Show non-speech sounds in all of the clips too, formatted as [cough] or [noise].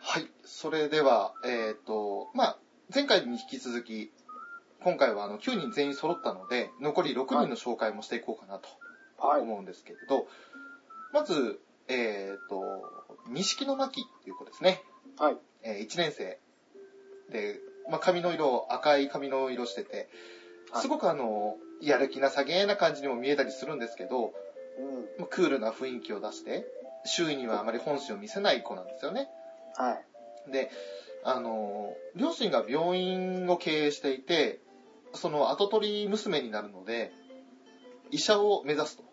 はい。それでは、えっ、と、まあ、前回に引き続き、今回はあの9人全員揃ったので、残り6人の紹介もしていこうかなとはい。思うんですけれど、まず、えっ、と、錦の巻っていう子ですね。はい。え1年生で、まあ、髪の色、赤い髪の色してて、はいすごくあの、やる気なさげな感じにも見えたりするんですけど、うん。まあクールな雰囲気を出して、周囲にはあまり本心を見せない子なんですよね。はい。で、あの、両親が病院を経営していて、その後取り娘になるので、医者を目指すと。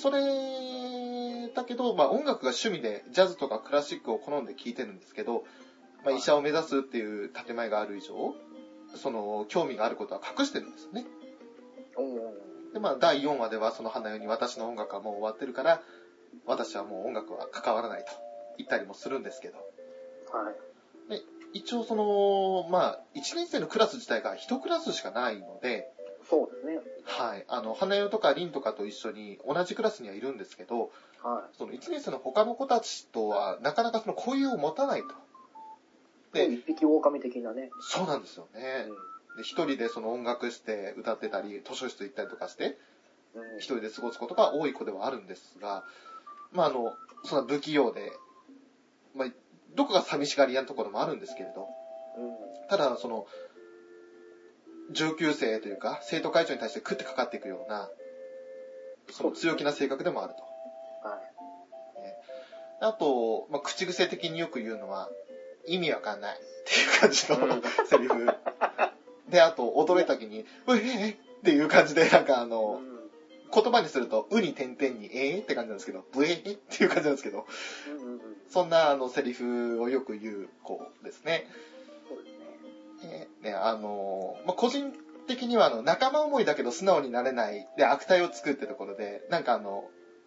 それだけど、まあ、音楽が趣味でジャズとかクラシックを好んで聴いてるんですけど、まあ、医者を目指すっていう建前がある以上その興味があることは隠してるんですよねうん。うん。でまあ第4話ではその花代に私の音楽はもう終わってるから私はもう音楽は関わらないと言ったりもするんですけどはい。一応そのまあ1年生のクラス自体が1クラスしかないのでそうですね。はいあの花代とか凛とかと一緒に同じクラスにはいるんですけどはその1年生の他の子たちとはなかなかその交友を持たないと。い。でで、一匹狼的なね。そうなんですよね。で、一人でその音楽して歌ってたり、図書室行ったりとかして、うん。うん一人で過ごすことが多い子ではあるんですが、まああの、そんな不器用で、まあ、どこが寂しがり屋のところもあるんですけれど、ただその、19生というか、生徒会長に対して食ってかかっていくような、その強気な性格でもあると。はい。あと、まあ、口癖的によく言うのは、意味わかんないっていう感じの、うんセリフ。で、あと、驚いた時に、うえーっていう感じで、なんかあの、うん言葉にすると、うに点々にえーって感じなんですけど、ぶえーっていう感じなんですけど、うんうんうん。そんなあのセリフをよく言う子ですね。そうですね。えーね、あのーまあ、個人的にはあの仲間思いだけど素直になれないで悪態を作ってところでなんかあの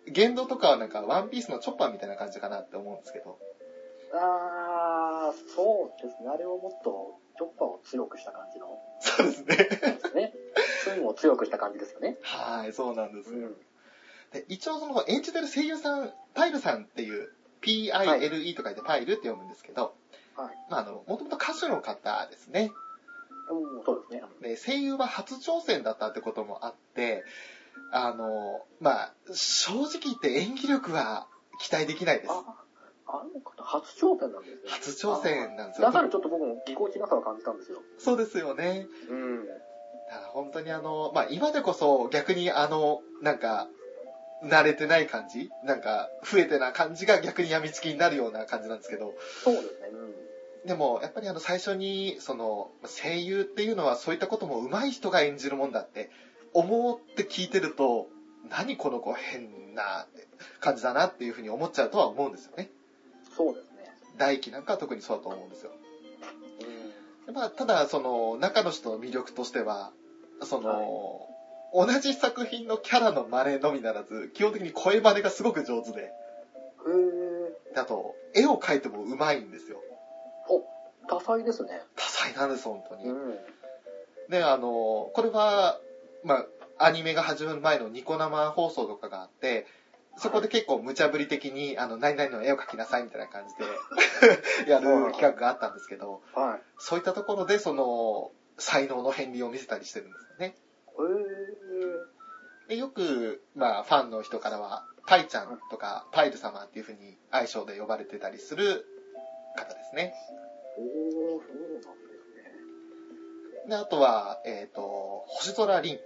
言動とかはなんかワンピースのチョッパーみたいな感じかなって思うんですけど [laughs] あー、そうですね。あれをもっと、チョッパーを強くした感じの、そうですねで [laughs] すね。スンを強くした感じですよね。はいそうなんです、うん。で一応その演じてる声優さんパイルさんっていう PILE と書いてパイルって読むんですけど、はいまあ、あの、もともと歌手の方ですね。うん、そうですね。で、声優は初挑戦だったってこともあって、あの、まあ、正直言って演技力は期待できないです。あ、あの方、初挑戦なんですね。初挑戦なんですだよか。らちょっと僕もぎこちなさを感じたんですよ。そうですよね。うん。だから本当にあの、まあ、今でこそ逆にあの、なんか、慣れてない感じなんか、増えてな感じが逆に病みつきになるような感じなんですけど、そうですね。うん。でも、やっぱりあの、最初に、その、声優っていうのはそういったことも上手い人が演じるもんだって、思って聞いてると、何この子変な感じだなっていうふうに思っちゃうとは思うんですよね。そうですね。大輝なんかは特にそうだと思うんですよ。うん。まあ、ただ、その、中の人の魅力としては、その、同じ作品のキャラの真似のみならず、基本的に声真似がすごく上手で、へえ、あと、絵を描いても上手いんですよ。多彩ですね。多彩なんです、本当に。ん。で、あの、これは、まあ、アニメが始まる前のニコ生放送とかがあって、そこで結構無茶ぶり的に、あの、何々の絵を描きなさいみたいな感じで [laughs] やる企画があったんですけど、はい。へそういったところで、その、才能の片鱗を見せたりしてるんですよね。え、でよく、まあ、ファンの人からは、パイちゃんとか、パイル様っていう風に愛称で呼ばれてたりする方ですね。おー、そうなんですね。で、あとは、えっ、と、星空凛で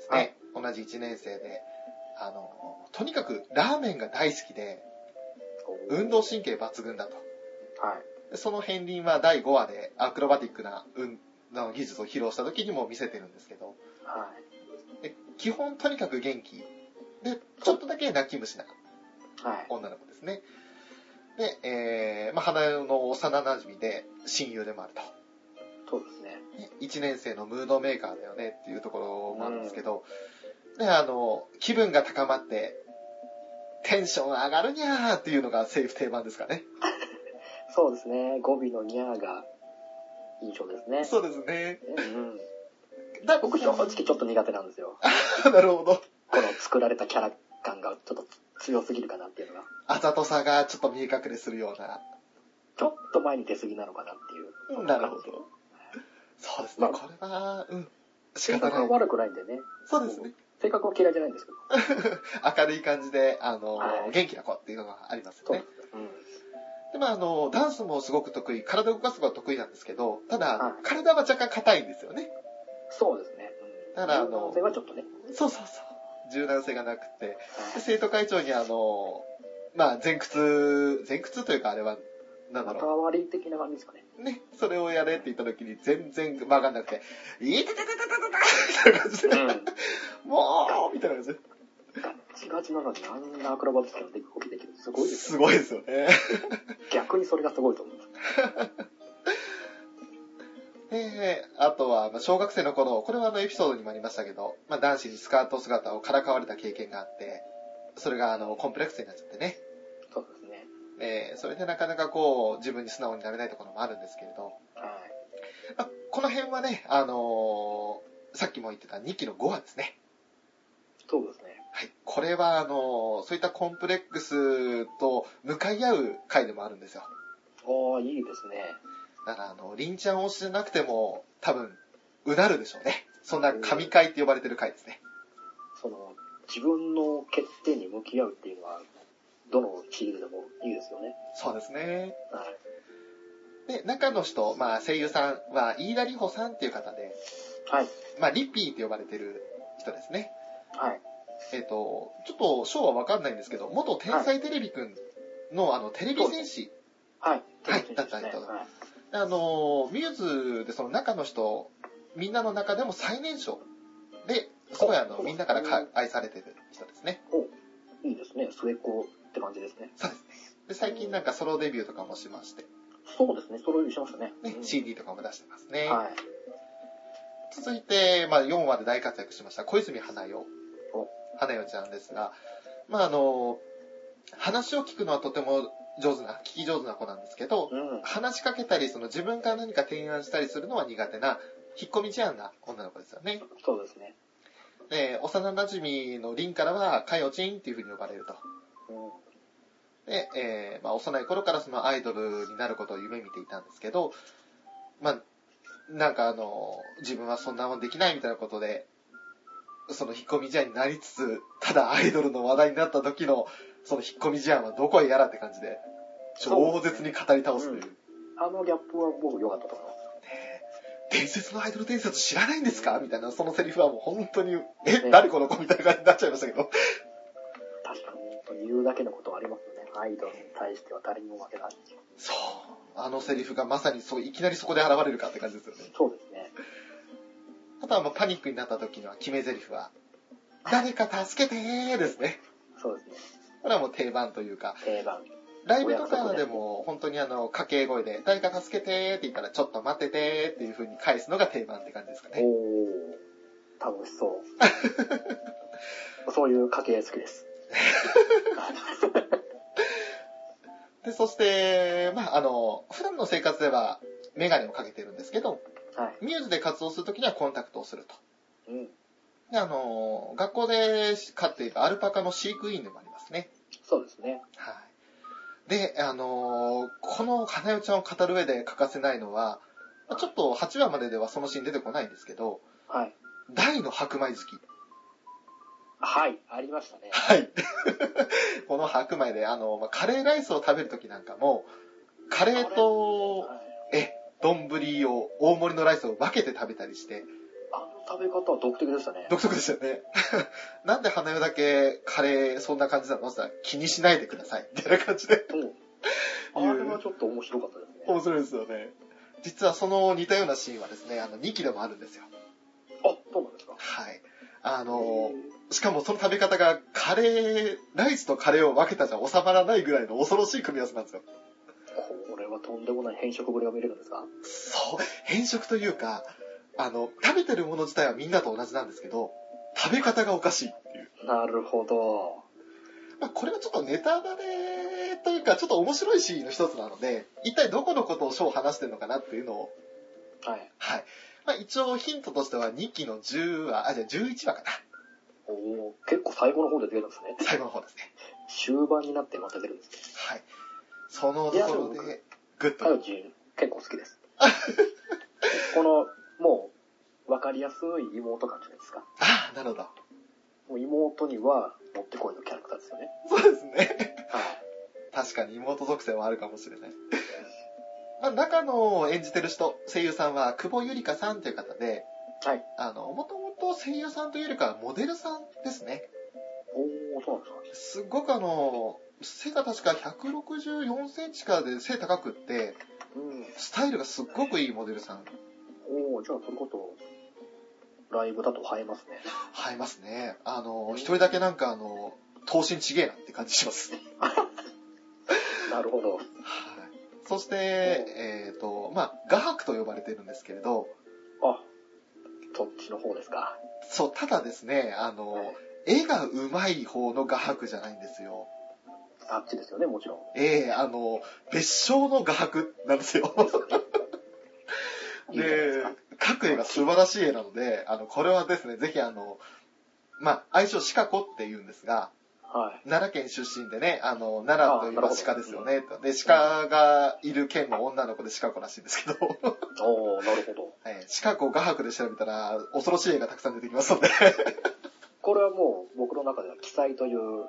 すね。同じ1年生で。あの、とにかくラーメンが大好きで、おー運動神経抜群だと。はい。でその片鱗は第5話でアクロバティックな運の技術を披露した時にも見せてるんですけど、はい。で基本とにかく元気。で、ちょっとだけ泣き虫なはい。女の子ですね。で、えー、まあ、花代の幼馴染で親友でもあると。そうですね。 1年生のムードメーカーだよねっていうところもあるんですけど、で、あの、気分が高まって、テンション上がるにゃーっていうのがセーフ定番ですかね。そうですね。語尾のニャーが印象ですね。そうです [laughs] ね。うんうん。だ僕正直ちょっと苦手なんですよ。なるほど。この作られたキャラ感がちょっと強すぎるかなっていうのが。あざとさがちょっと見え隠れするような。ちょっと前に出過ぎなのかなっていう。なるほど。そうですね、まあこれは、うん、仕性方格はない。悪くないんでね。そうですね。性格は嫌いじゃないんですけど。明るい感じで、あの、はい元気な子っていうのがありますよね。うん。で、まあ、あの、ダンスもすごく得意、体を動かすことが得意なんですけど、ただ、はい体は若干硬いんですよね。そうですね。うんだからあの柔軟性はちょっとね。そうそうそう。柔軟性がなくて。で生徒会長にあの、まあ、前屈、前屈というかあれは、なんだろう。まり的な感じですかね。ね、それをやれって言った時に全然曲がんなくて、いたたたたたたみたいな感じで、ガもうみたいな感じでチガチなのにあんなアクロバティックな動きできるのすごいですすよ。ごいですよね。逆にそれがすごいと思います。で、あとは、まあ小学生の頃、これはあのエピソードにもありましたけど、まあ、男子にスカート姿をからかわれた経験があって、それがあのコンプレックスになっちゃってね。そうですね。でそれでなかなかこう、自分に素直になれないところもあるんですけれど、はい。まあこの辺はね、あのーさっきも言ってた2期の5話ですね。そうですね。はい、これはあのそういったコンプレックスと向かい合う回でもあるんですよああ、いいですね。だからあのりんちゃん推しじゃなくても多分うなるでしょうねそんな神回って呼ばれてる回ですねその、自分の欠点に向き合うっていうのは、どのシリーズでもいいですよね。そうですねはい。で中の人、まあ、声優さんは飯田里穂さんっていう方で、はい。まあ、リピーって呼ばれてる人ですねはい。えっ、とちょっとショーは分かんないんですけど元天才テレビくんのあのテレビ戦士はい。はいとうことですねだったりとかはい。あのミューズでその中の人みんなの中でも最年少ですごいあのおみんなからか愛されてる人ですねおいいですね。末っ子って感じですね。そうですねで最近なんかソロデビューとかもしまして、そうですね。それをしましたね。ねうん CD とかも出してますね、はい。続いて、まあ、4話で大活躍しました小泉花代お花代ちゃんですがまああの話を聞くのはとても上手な聞き上手な子なんですけどうん。話しかけたりその自分から何か提案したりするのは苦手な引っ込み思案な女の子ですよねそうですね。で、幼馴染の凛からは、かよちんっていう風に呼ばれると。うん。で、えーまあ、幼い頃からそのアイドルになることを夢見ていたんですけど、まあ、なんかあの、自分はそんなもんできないみたいなことで、その引っ込み思案になりつつ、ただアイドルの話題になった時の、その引っ込み思案はどこへやらって感じで、超絶に語り倒すという。あのギャップは僕良かったと思います。伝説のアイドル伝説知らないんですかみたいな、そのセリフはもう本当に、え、ね誰この子みたいな感じになっちゃいましたけど。確かに、言うだけのことはありますよね。アイドルに対しては誰にも負けない。そう。あのセリフがまさにそう、いきなりそこで現れるかって感じですよね。そうですね。あとはまあパニックになった時の決め台詞は、誰か助けてーですね。そうですね。これはもう定番というか、定番。ライブとかでも本当にあの、掛け声で、誰か助けてーって言ったら、ちょっと待っててーっていう風に返すのが定番って感じですかね。おー。楽しそう。そういう家系好きです。で、そして、まああの、普段の生活ではメガネをかけてるんですけど、はい。ミューズで活動する時にはコンタクトをすると。うん。で、あの、学校で飼っているアルパカの飼育員でもありますね。そうですね。はい。で、あのーこの花代ちゃんを語る上で欠かせないのは、まあちょっと8話までではそのシーン出てこないんですけど、はい。大の白米好き。はい。ありましたね。はい。 [laughs] この白米で、あの、まあカレーライスを食べるときなんかも、カレーと、はいえ、丼を、大盛りのライスを分けて食べたりして、あの食べ方は独特でしたね。独特でしたよね。 [laughs] なんで花代だけカレーそんな感じなのって言ったら気にしないでください。みたいな感じで。うん。あれはちょっと面白かったですね。面白いですよね。実はその似たようなシーンはですね、あの2期でもあるんですよ。あ、そうなんですか。はい。あの、しかもその食べ方がカレー、ライスとカレーを分けたじゃ収まらないぐらいの恐ろしい組み合わせなんですよ。これはとんでもない変色ぶりが見れるんですかそう、変色というか、あの、食べてるもの自体はみんなと同じなんですけど、食べ方がおかしいっていう。なるほど。まあ、これはちょっとネタバレというか、ちょっと面白いシーンの一つなので、一体どこのことを章話してるのかなっていうのを、はい。はい。まあ、一応ヒントとしては2期の10話、あ、じゃあ11話かな。おお結構最後の方で出てるんですね。最後の方ですね。終盤になってまた出るんですね。はい。そのいとやころでもで、グッタと。ウチ結構好きです。この、もう、わかりやすい妹感じゃないですか。ああ、なるほど。もう妹には、持ってこいのキャラクターですよね。そうですね。はい。確かに妹属性はあるかもしれない。まあ、中野を演じてる人、声優さんは久保ゆりかさんという方で、はい。あの、もともと声優さんというよりかはモデルさんですね。おー、そうなんですごくあの、背が確か164センチからで背高くって、すか。うスタイルがすっごくいいモデルさん、ん。おー、じゃあ、それこそ、ライブだと映えますね。映えますね。あの、一人だけなんかあの、頭身ちげえなって感じします。はい。なるほど。そして、えっ、と、まあ、画伯と呼ばれてるんですけれど、あ、そっちの方ですか。そう、ただですね、あの、絵が上手い方の画伯じゃないんですよ。あっちですよね、もちろん。ええあの、別称の画伯なんですよ。ですよね。いいじゃないでで、すか。描く絵が素晴らしい絵なので、あの、これはですね、ぜひあの、まあ、愛称シカ子って言うんですが、はい。奈良県出身でね、あの、奈良といえばあー鹿ですよね。で、鹿がいる県の女の子で鹿子らしいんですけど、 [laughs] おー、なるほど。はい鹿子画伯で調べたら、恐ろしい絵がたくさん出てきますので、これはもう、僕の中では記載という、は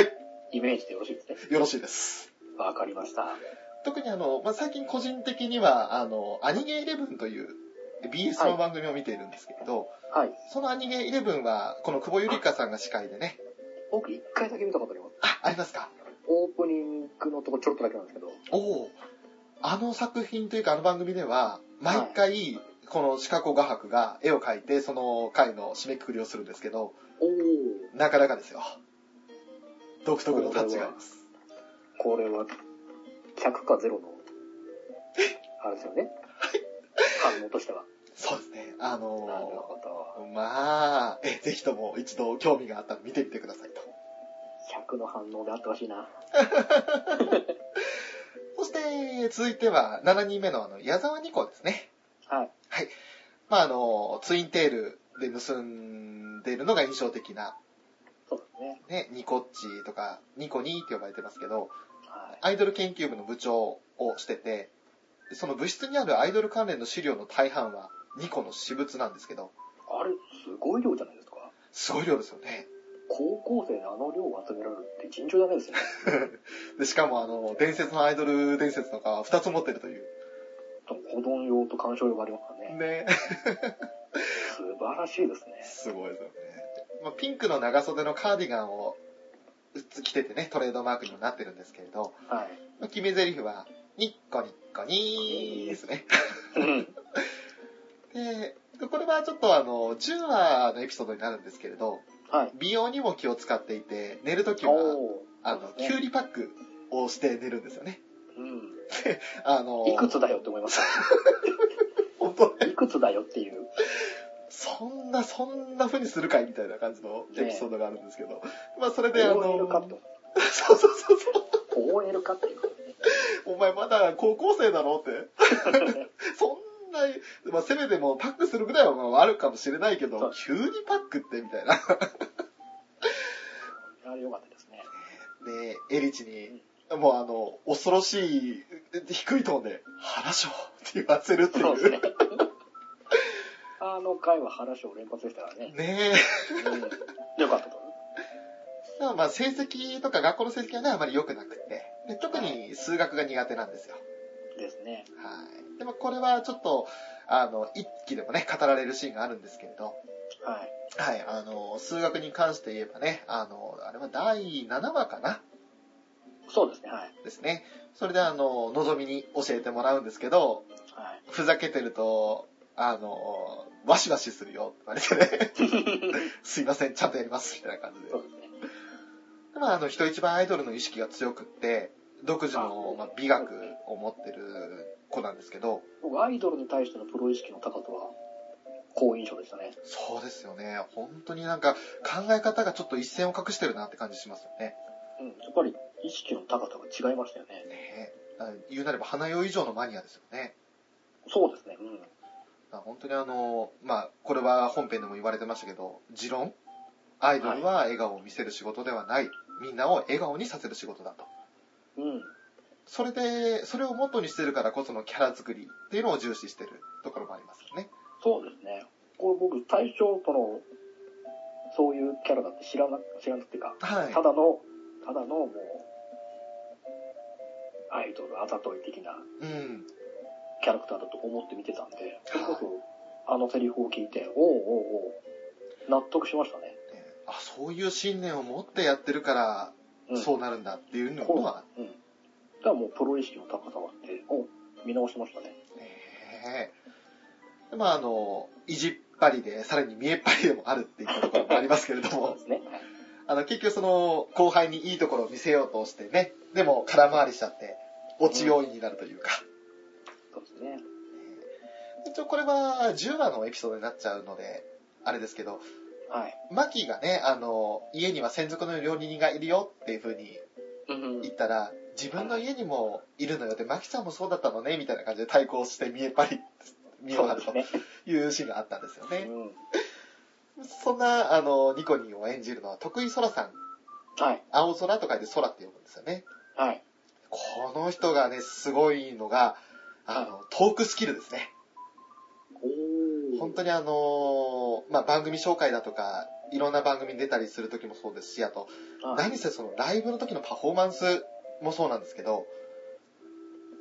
い。イメージでよろしいですね。よろしいです。わかりました。特にあの、まあ、最近個人的には、あの、アニゲイレブンという BS の番組を見ているんですけれど、はい。そのアニゲイレブンは、この久保ゆりかさんが司会でね、僕一回だけ見たことあります。あ、ありますかオープニングのとこちょろっとだけなんですけど。おおあの作品というかあの番組では毎回このシカゴ画伯が絵を描いてその回の締めくくりをするんですけどおお。なかなかですよ独特のタッチがありますこれは、100か0の、あれですよ [laughs] ね。反応としては。そうですねあなるのほど。ーまあえぜひとも一度興味があったら見てみてくださいと100の反応であってほしいな。そして続いては7人目のあの矢沢ニコですねはい。まああのツインテールで結んでいるのが印象的なそうですね。ねニコッチとかニコニーって呼ばれてますけどはい。アイドル研究部の部長をしてて、その部室にあるアイドル関連の資料の大半は2個の私物なんですけど、あれ、すごい量じゃないですか。すごい量ですよね。高校生であの量を集められるって尋常じゃないですね。でしかもあの、伝説のアイドル伝説とか2つ持ってるという。保存用と鑑賞用がありますからね。ね。素晴らしいですね。すごいですよね。まあ、ピンクの長袖のカーディガンを着ててね、トレードマークにもなってるんですけれど、はい。まあ決め台詞は、ニッコニッコニーですね。うんで、これはちょっとあの、10話のエピソードになるんですけれど、はい。美容にも気を使っていて、寝るときは、おーあの、キュウリパックをして寝るんですよね。うあの、ん。いくつだよって思いまし本当た。いくつだよっていう。そんな、そんな風にするかいみたいな感じのエピソードがあるんですけど。まあ、それであの、 OL かって [laughs] そうそうそうそ OL かっていう。う。お前まだ高校生だ [laughs] ろうって。そんな、まあ、せめてもうパックするぐらいはまああるかもしれないけそどう、急にパックってみ [laughs] たいな。あれ良かったですね。で、エリチに、もうあの、恐ろしい、低いトーンで、話をって言わせるってそうですいう。ね。 [laughs] あの回は話を連発でしたからね。ねえ。うん。よかったと思まあまあ成績とか学校の成績はね、あまり良くなくって。で特に数学が苦手なんですよ。う。ですね。はい。でもこれはちょっと、あの、一期でもね、語られるシーンがあるんですけれど、はい。はい、あの、数学に関して言えばね、あの、あれは第7話かなそうですね。はい。ですね。それであの、のぞみに教えてもらうんですけど、はい。ふざけてると、あの、ワシワシするよって言われてね、すいません、ちゃんとやります、みたいな感じでそ。うですね。まあ、あの人一倍アイドルの意識が強くって独自の、まあ、美学を持ってる子なんですけど僕、アイドルに対してのプロ意識の高さは、好印象でしたね。そうですよね本当になんか考え方がちょっと一線を隠してるなって感じしますよねうん。やっぱり、意識の高さが違いましたよね。ねえあ言うなれば花代以上のマニアですよねそうですね。うん。まあ本当にあのまあこれは本編でも言われてましたけど持論アイドルは笑顔を見せる仕事ではない、みんなを笑顔にさせる仕事だとうん。それで、それを元にしてるからこそのキャラ作りっていうのを重視してるところもありますよね。そうですね。これ僕、大正との、そういうキャラだって知らな、知らなくていうか、はい。ただの、ただのもう、アイドル、あざとい的なうん。キャラクターだと思って見てたんで、それこはそ、あのセリフを聞いて、おうおうおう納得しましたね。ねあ、そういう信念を持ってやってるから、うん、そううなるんだっていうのこうは、うん。だからもうプロ意識の高さはあって、お見直しましたね。ねえでまああの、意地っ張りで、さらに見えっ張りでもあるっていったところもありますけれどそうもで、すね。あの、結局その、後輩にいいところを見せようとしてね、でも空回りしちゃって、落ち要因になるというか。そうですね。一応これは10話のエピソードになっちゃうので、あれですけど、はい。マキがね、あの、家には専属の料理人がいるよっていう風にうん言ったら、自分の家にもいるのよって、マキちゃんもそうだったのね、みたいな感じで対抗して見えっ張り、見えを張るそうとですね。いうシーンがあったんですよね。うん。そんな、あの、ニコニーを演じるのは、徳井空さん。はい。青空と書いて空って呼ぶんですよね。はい。この人がね、すごいのが、あの、トークスキルですね。お本当にあのーまあ、番組紹介だとか、いろんな番組に出たりする時もそうですし、あと、はい、何せそのライブの時のパフォーマンスもそうなんですけど、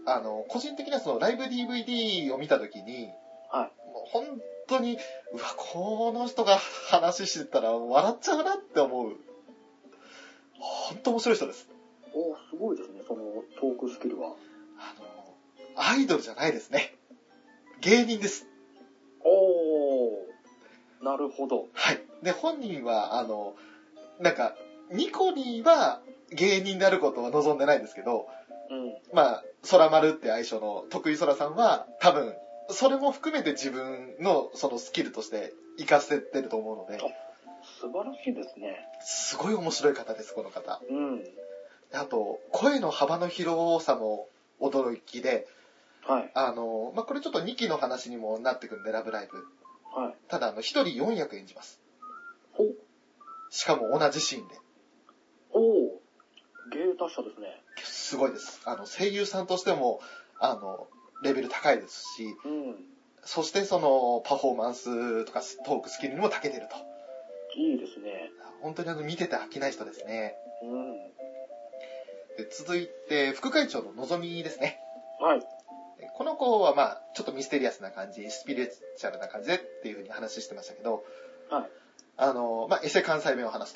あの、個人的にはそのライブ DVD を見た時に、はいもう本当に、うわ、この人が話してたら笑っちゃうなって思う。本当面白い人です。おすごいですね、そのトークスキルは。あの、アイドルじゃないですね。芸人です。おー、なるほど。はい。で、本人は、あの、なんか、ニコニーは芸人であることは望んでないんですけど、うん。まあ、空丸って愛称の徳井空さんは、多分、それも含めて自分のそのスキルとして活かせてると思うので、素晴らしいですね。すごい面白い方です、この方。うん。あと、声の幅の広さも驚きで、はい。あの、まあ、これちょっと2期の話にもなってくるんで、ラブライブ。はい。ただ、あの、1人4役演じます。おしかも同じシーンで。おー、芸達者ですね。すごいです。あの、声優さんとしても、あの、レベル高いですし、うん。そしてその、パフォーマンスとかストークスキルにも長けてると。いいですね。本当にあの、見てて飽きない人ですね。うん。で続いて、副会長ののぞみですね。はい。でこの子はまあ、ちょっとミステリアスな感じ、スピリチュアルな感じでっていうふうに話してましたけど、はい。あの、まあ、エセ関西弁を話す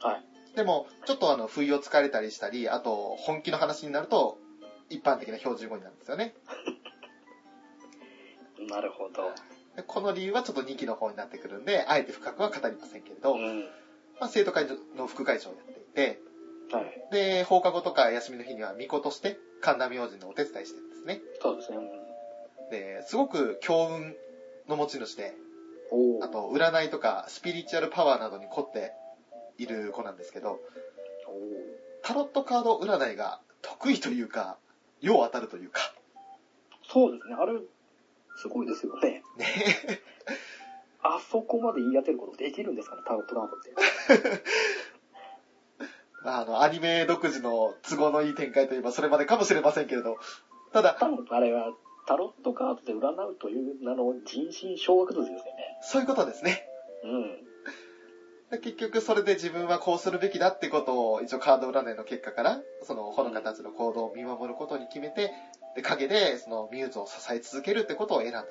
と。はい。でも、ちょっとあの、不意をつかれたりしたり、あと、本気の話になると、一般的な標準語になるんですよね。なるほど。でこの理由はちょっと2期の方になってくるんで、あえて深くは語りませんけれど、うん。まあ、生徒会の副会長をやっていて、はい。で、放課後とか休みの日には巫女として神田明神のお手伝いしてるんですね。そうですね。うんで、すごく強運の持ち主で、おーあと、占いとかスピリチュアルパワーなどに凝っている子なんですけど、おータロットカード占いが得意というか、よう当たるというか、そうですね。あれ、すごいですよね。ね [laughs] あそこまで言い当てることできるんですかね、タロットランドって。 [laughs] まあ、あの、アニメ独自の都合のいい展開といえばそれまでかもしれませんけれど、ただ、多分あれはタロットカードで占うという名の人心掌握術ですよね。そういうことですね。うん。で結局それで自分はこうするべきだってことを一応カード占いの結果からそのほのかたちの行動を見守ることに決めてで陰でそのミューズを支え続けるってことを選んだと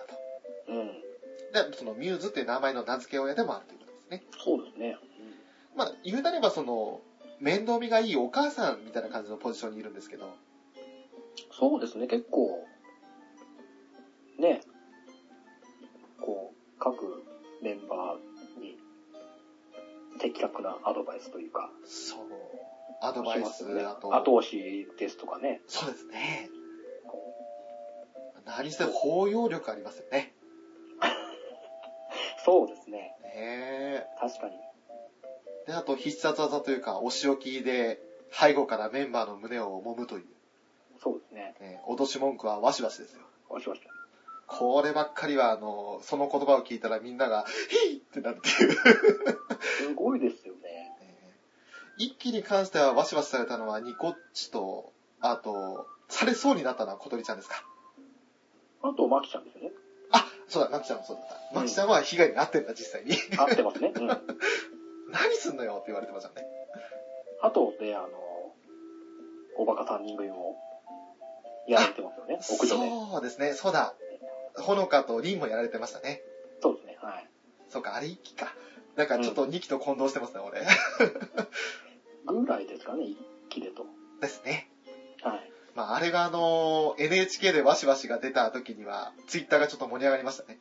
うん。でそのミューズっていう名前の名付け親でもあるということですねそうですね。まあ言うなればその面倒見がいいお母さんみたいな感じのポジションにいるんですけどそうですね、結構、ね、こう、各メンバーに的確なアドバイスというか、そうアドバイしまスすよねだと後押しですとかね。そうですねこう何せ包容力ありますよねそうですね、ねえ確かに。で、あと必殺技というか、お仕置きで、背後からメンバーの胸を揉むといそうですね。う、ね、脅し文句はわしわしですよ。わしわし。こればっかりは、あの、その言葉を聞いたらみんなが、ヒーってなるって [laughs] いう。すごいですよね。一気に関してはわしわしされたのは、ニコッチと、あと、されそうになったのは小鳥ちゃんですかあと、マキちゃんですよね。あ、そうだ、マキちゃんもそうだった。マキちゃんは被害に遭ってんだ、実際に。 [laughs] 合ってますね。うん。何すんのよって言われてましたね。あとね、あの、おバカ3人組も、やられてますよね。屋上で。そうですね、そうだ。ほのかとリンもやられてましたね。そうですね。はい。そうか、あれ1期か。なんかちょっと2期と混同してますね、俺。 [laughs] ぐらいですかね、一気でと。ですね。はい。まあ、あれがあの、NHK でワシワシが出た時には、ツイッターがちょっと盛り上がりましたね。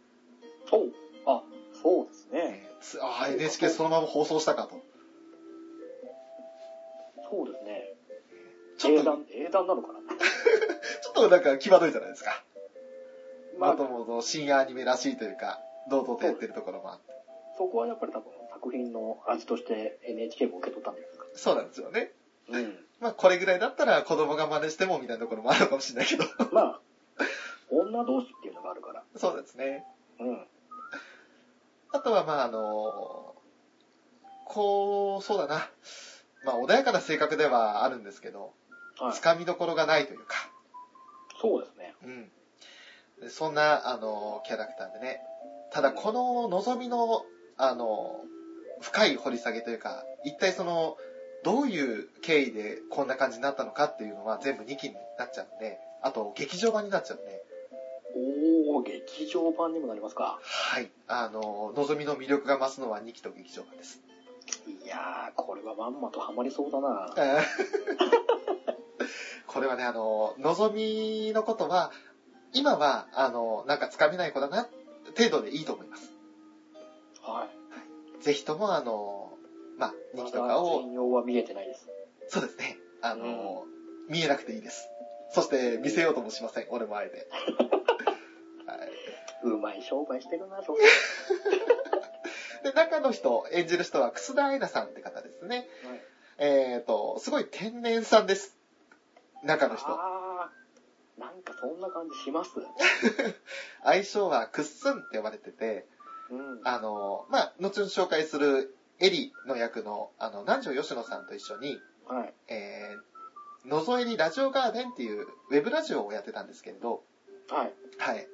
おあ、そうですね。えーつああ、NHK そのまま放送したかと。そうですね。ちょ英っと、断、英断なのかな。ちょっとなんか際どいじゃないですか。ままあと、もの深夜アニメらしいというか、堂々とやってるところもあって。そこはやっぱり多分作品の味として NHK も受け取ったんじゃないですか。そうなんですよね。うん。まあ、これぐらいだったら子供が真似してもみたいなところもあるのかもしれないけど。 [laughs] まあ、女同士っていうのがあるから。そうですね。うん。あとは、まあ、あの、こう、そうだな。まあ、穏やかな性格ではあるんですけど、はいつ。かみどころがないというか、そうですね。うん。でそんな、あの、キャラクターでね。ただ、この望みの、あの、深い掘り下げというか、一体その、どういう経緯でこんな感じになったのかっていうのは全部2期になっちゃうんで、あと劇場版になっちゃうんで、おー、劇場版にもなりますか。はい。あの、望みの魅力が増すのは2期と劇場版です。 [laughs] いやー、これはまんまとハマりそうだな。えーこれはね、あの、望みのことは、今は、あの、なんかつかめない子だな、程度でいいと思います。はい。ぜひとも、あの、まあ、ま2だ期とかを、全容は見えてないです。そうですね、あの、見えなくていいです。そして、見せようともしません、俺もあえて。はい、うまい商売してるな、商売。で、中の人、演じる人は、楠田愛菜さんって方ですね。はいえっ、と、すごい天然さんです。中の人。あー、なんかそんな感じします。愛称はクッスンって呼ばれてて、うん。あの、まあ、後々紹介するエリの役の、あの、南條吉野さんと一緒に、はい。えー、のぞえりラジオガーデンっていうウェブラジオをやってたんですけれど、はい。はい。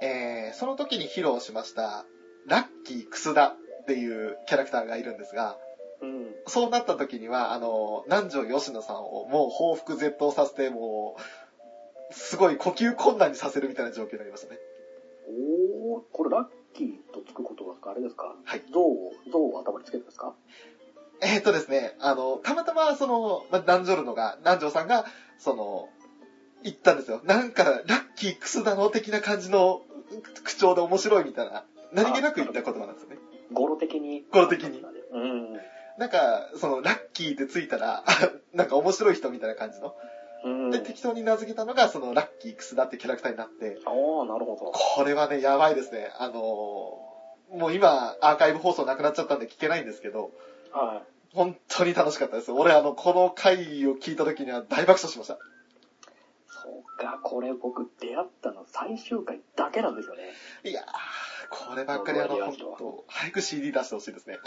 えー、その時に披露しました、ラッキークスダっていうキャラクターがいるんですが、うん。そうなった時には、あの、南條吉野さんをもう報復絶倒させて、もう、すごい呼吸困難にさせるみたいな状況になりましたね。おー、これラッキーとつくことはあれですかはい。象を、象を頭につけるんですかえーっとですね、あの、たまたま、その、まあ、南條のが、南條さんが、その、言ったんですよ。なんか、ラッキークスだの的な感じの口調で面白いみたいな、何気なく言った言葉なんですよね。語呂的に。語呂的にうん。なんか、その、ラッキーってついたら、 [laughs] なんか面白い人みたいな感じの。うん。で、適当に名付けたのが、その、ラッキークスだってキャラクターになって、ああ、なるほど。これはね、やばいですね。あのーもう今、アーカイブ放送なくなっちゃったんで聞けないんですけど、はい。本当に楽しかったです。俺、あの、この回を聞いた時には大爆笑しました。そうか、これ僕出会ったの最終回だけなんですよね。いやー、こればっかりあの、これは本リアルだわ当早く CD 出してほしいですね。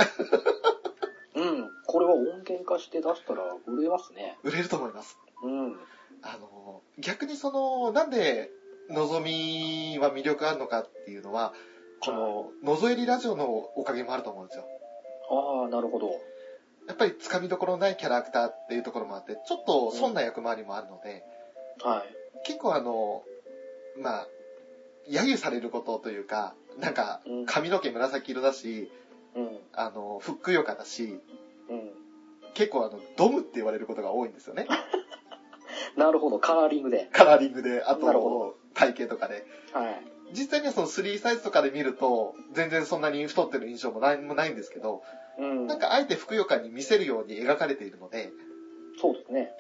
うん。これは音源化して出したら売れますね。売れると思います。うん。あの、逆にその、なんで、のぞみは魅力あるのかっていうのは、この、のぞえりラジオのおかげもあると思うんですよ。ああ、なるほど。やっぱりつかみどころないキャラクターっていうところもあって、ちょっと損な役回りもあるので、はい。結構あの、まあ、揶揄されることというか、なんかうん、髪の毛紫色だし、うん。あの、ふっくよかだし、うん。結構あの、ドムって言われることが多いんですよね。なるほど、カラーリングで。カラーリングで、あなるほと、体型とかで。はい。実際にはその3サイズとかで見ると、全然そんなに太ってる印象もないもないんですけど、うん。なんかあえてふくよかに見せるように描かれているので、そうですね。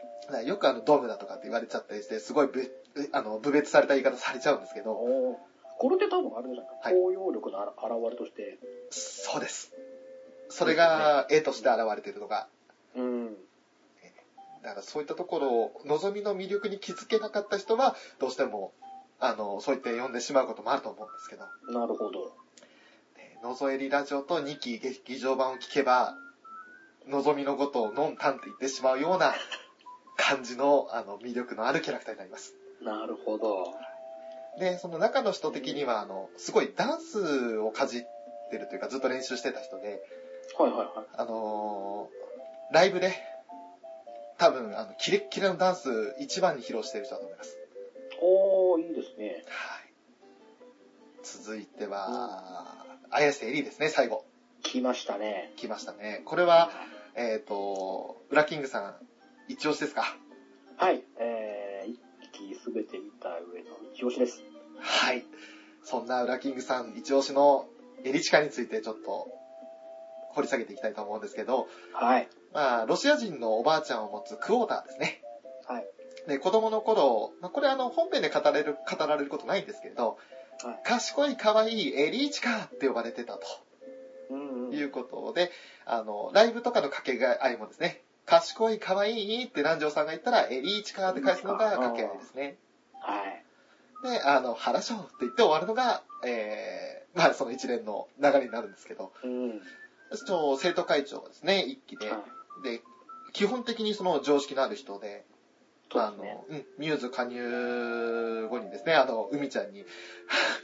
よくあの、ドムだとかって言われちゃったりして、すごいぶ、あの、部別された言い方されちゃうんですけど、おーこれって多分あれじゃないか、はい包容力のあら現れとして。そうです。それが絵として現れているのが、うん。だからそういったところを、望みの魅力に気づけなかった人は、どうしても、あの、そういって読んでしまうこともあると思うんですけど、なるほど。えーのぞえりラジオと2期劇場版を聞けば、のぞみのことをのんたんって言ってしまうような感じの、あの、魅力のあるキャラクターになります。なるほど。で、その中の人的には、あの、すごいダンスをかじってるというか、ずっと練習してた人で、はいはいはい。あのーライブで、多分、あの、キレッキレのダンス一番に披露してる人だと思います。おー、いいですね。はい。続いては、綾瀬エリーですね、最後。来ましたね。来ましたね。これは、えっ、と、ウラキングさん、一押しですかはい。えー、一気すべて見た上の一押しです。はい。そんなウラキングさん、一押しのエリチカについてちょっと、掘り下げていきたいと思うんですけど、はい。まあ、ロシア人のおばあちゃんを持つクォーターですね。はい。で、子供の頃、まあこれあの、本編で語れる、語られることないんですけれど、はい賢い可愛いエリーチカって呼ばれてたとうんうん。いうことで、あの、ライブとかの掛け合いもですね、賢い可愛いって南條さんが言ったら、エリーチカって返すのが掛け合いですね。はい。で、あの、腹章って言って終わるのが、えー、まあその一連の流れになるんですけど、うん。はそう生徒会長がですね、一期で、い。で、基本的にその常識のある人で、そうあですね。の、うん、ミューズ加入後にですね、あの、海ちゃんに、は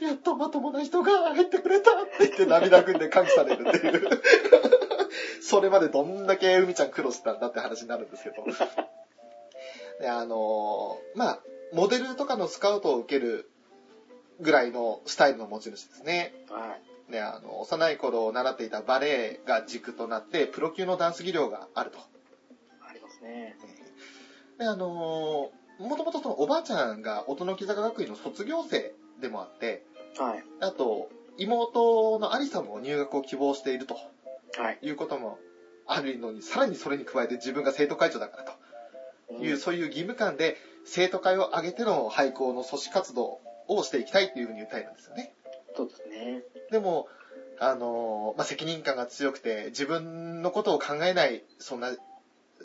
[laughs] ぁやっとまともな人が入ってくれたって言って涙ぐんで感謝されるっていう。 [laughs] それまでどんだけ海ちゃん苦労してたんだって話になるんですけど。で、あの、まあ、モデルとかのスカウトを受けるぐらいのスタイルの持ち主ですね。はい。ね、あの、幼い頃習っていたバレエが軸となって、プロ級のダンス技量があると。ありますね。で、あのー、もともとそのおばあちゃんが音の木坂学院の卒業生でもあって、はい。あと、妹のアリさんも入学を希望しているとはい。いうこともあるのに、さらにそれに加えて自分が生徒会長だからという、うんそういう義務感で、生徒会を挙げての廃校の組織活動をしていきたいというふうに訴えるんですよね。そうですね。でも、あのーまあ、責任感が強くて、自分のことを考えない、そんな、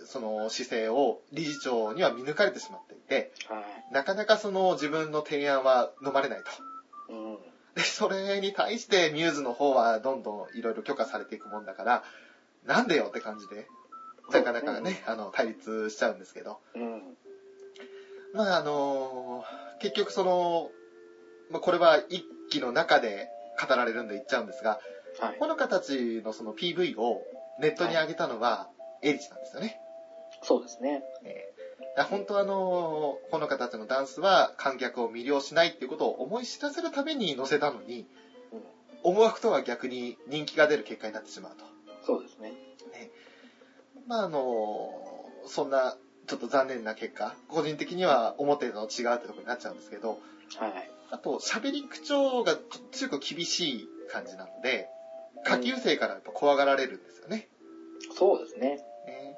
その姿勢を理事長には見抜かれてしまっていて、はい。なかなかその自分の提案は飲まれないと。うん。で、それに対してミューズの方はどんどんいろいろ許可されていくもんだから、なんでよって感じで、なかなかね、あの、対立しちゃうんですけど。うん。まあ、あの結局その、まあ、これは一期の中で語られるんで言っちゃうんですが、はい。この形のその PV をネットに上げたのは、エリチなんですよね。そうですね。えーだから本当はあのー、ほのかたちのダンスは観客を魅了しないっていうことを思い知らせるために載せたのに、うん。思惑とは逆に人気が出る結果になってしまうと。そうですね。まああのー、そんなちょっと残念な結果、個人的には思ってたのと違うってところになっちゃうんですけど、はい。あと喋り口調がちょっと強く厳しい感じなので、下級生からやっぱ怖がられるんですよね。そうですね。ね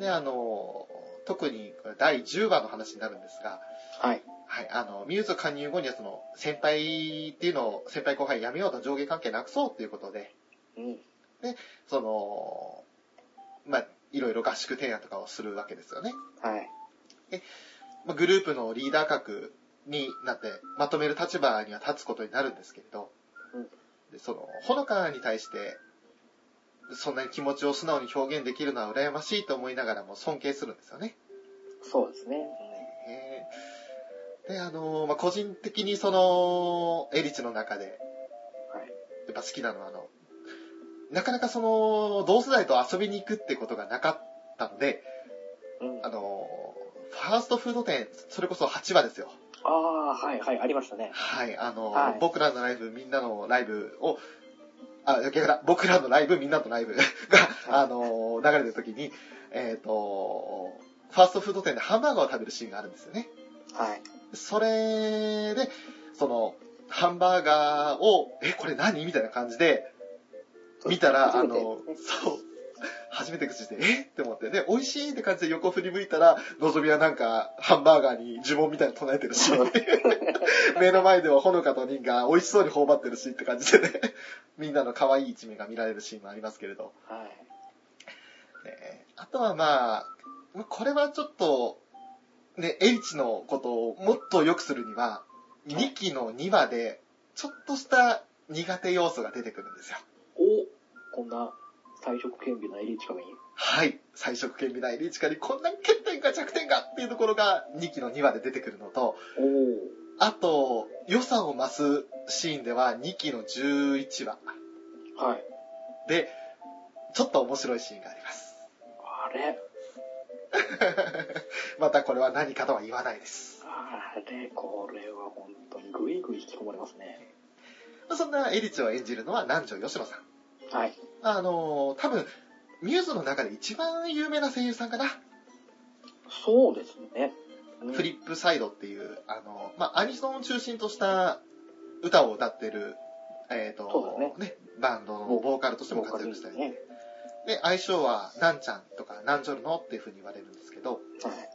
で、あのー、特にこれ第10話の話になるんですが、はい。はい、あの、ミューズ加入後にはその、先輩っていうのを、先輩後輩やめようと上下関係なくそうっていうことで、うん。その、まあ、いろいろ合宿提案とかをするわけですよね。はい。まあ、グループのリーダー格になって、まとめる立場には立つことになるんですけれどうん、でその、ほのかに対して、そんなに気持ちを素直に表現できるのは羨ましいと思いながらも尊敬するんですよね。そうですね。えーで、あのーまあ、個人的にその、エリチの中で、はい。やっぱ好きなのはあの、なかなかその、同世代と遊びに行くってことがなかったので、うん。ああの、ファーストフード店、それこそ8話ですよ。あー、はいはい。ありましたね。はい、あの、はい僕らのライブ、みんなのライブを、あ、逆だ、僕らのライブ、みんなのライブ [laughs] が、あの、流れてる時に、えっ、と、ファーストフード店でハンバーガーを食べるシーンがあるんですよね。はい。それで、その、ハンバーガーを、え、これ何みたいな感じで、見たら、あ初めての、そう、初めて口で、えって思って、で、美味しいって感じで横振り向いたら、のぞみはなんか、ハンバーガーに呪文みたいなの唱えてる [laughs] し、 [laughs] 目の前ではほのかと人が美味しそうに頬張ってるしって感じでね、みんなの可愛い一面が見られるシーンもありますけれど。はい。えーあとはまあ、これはちょっと、ね、エリチのことをもっと良くするには、2期の2話で、ちょっとした苦手要素が出てくるんですよ。おこんな退職兼備のエリーチカがいい。はい、彩色系未来リーチカにこんな欠点が弱点がっていうところが2期の2話で出てくるのと、おお。あと、良さを増すシーンでは2期の11話はい。で、ちょっと面白いシーンがあります。 [laughs] あれまたこれは何かとは言わないです。あれ、これは本当にぐいぐい引き込まれますね。そんなエリチを演じるのは南條吉野さん。はい。あのー多分、ミューズの中で一番有名な声優さんかな。そうですね。うんフリップサイドっていう、あの、まあ、アニソンを中心とした歌を歌ってる、えっ、そとうだねバンドのボーカルとしても活躍したり、ね。で、愛称は、なんちゃんとか、なんちょるのっていう風に言われるんですけど、はい。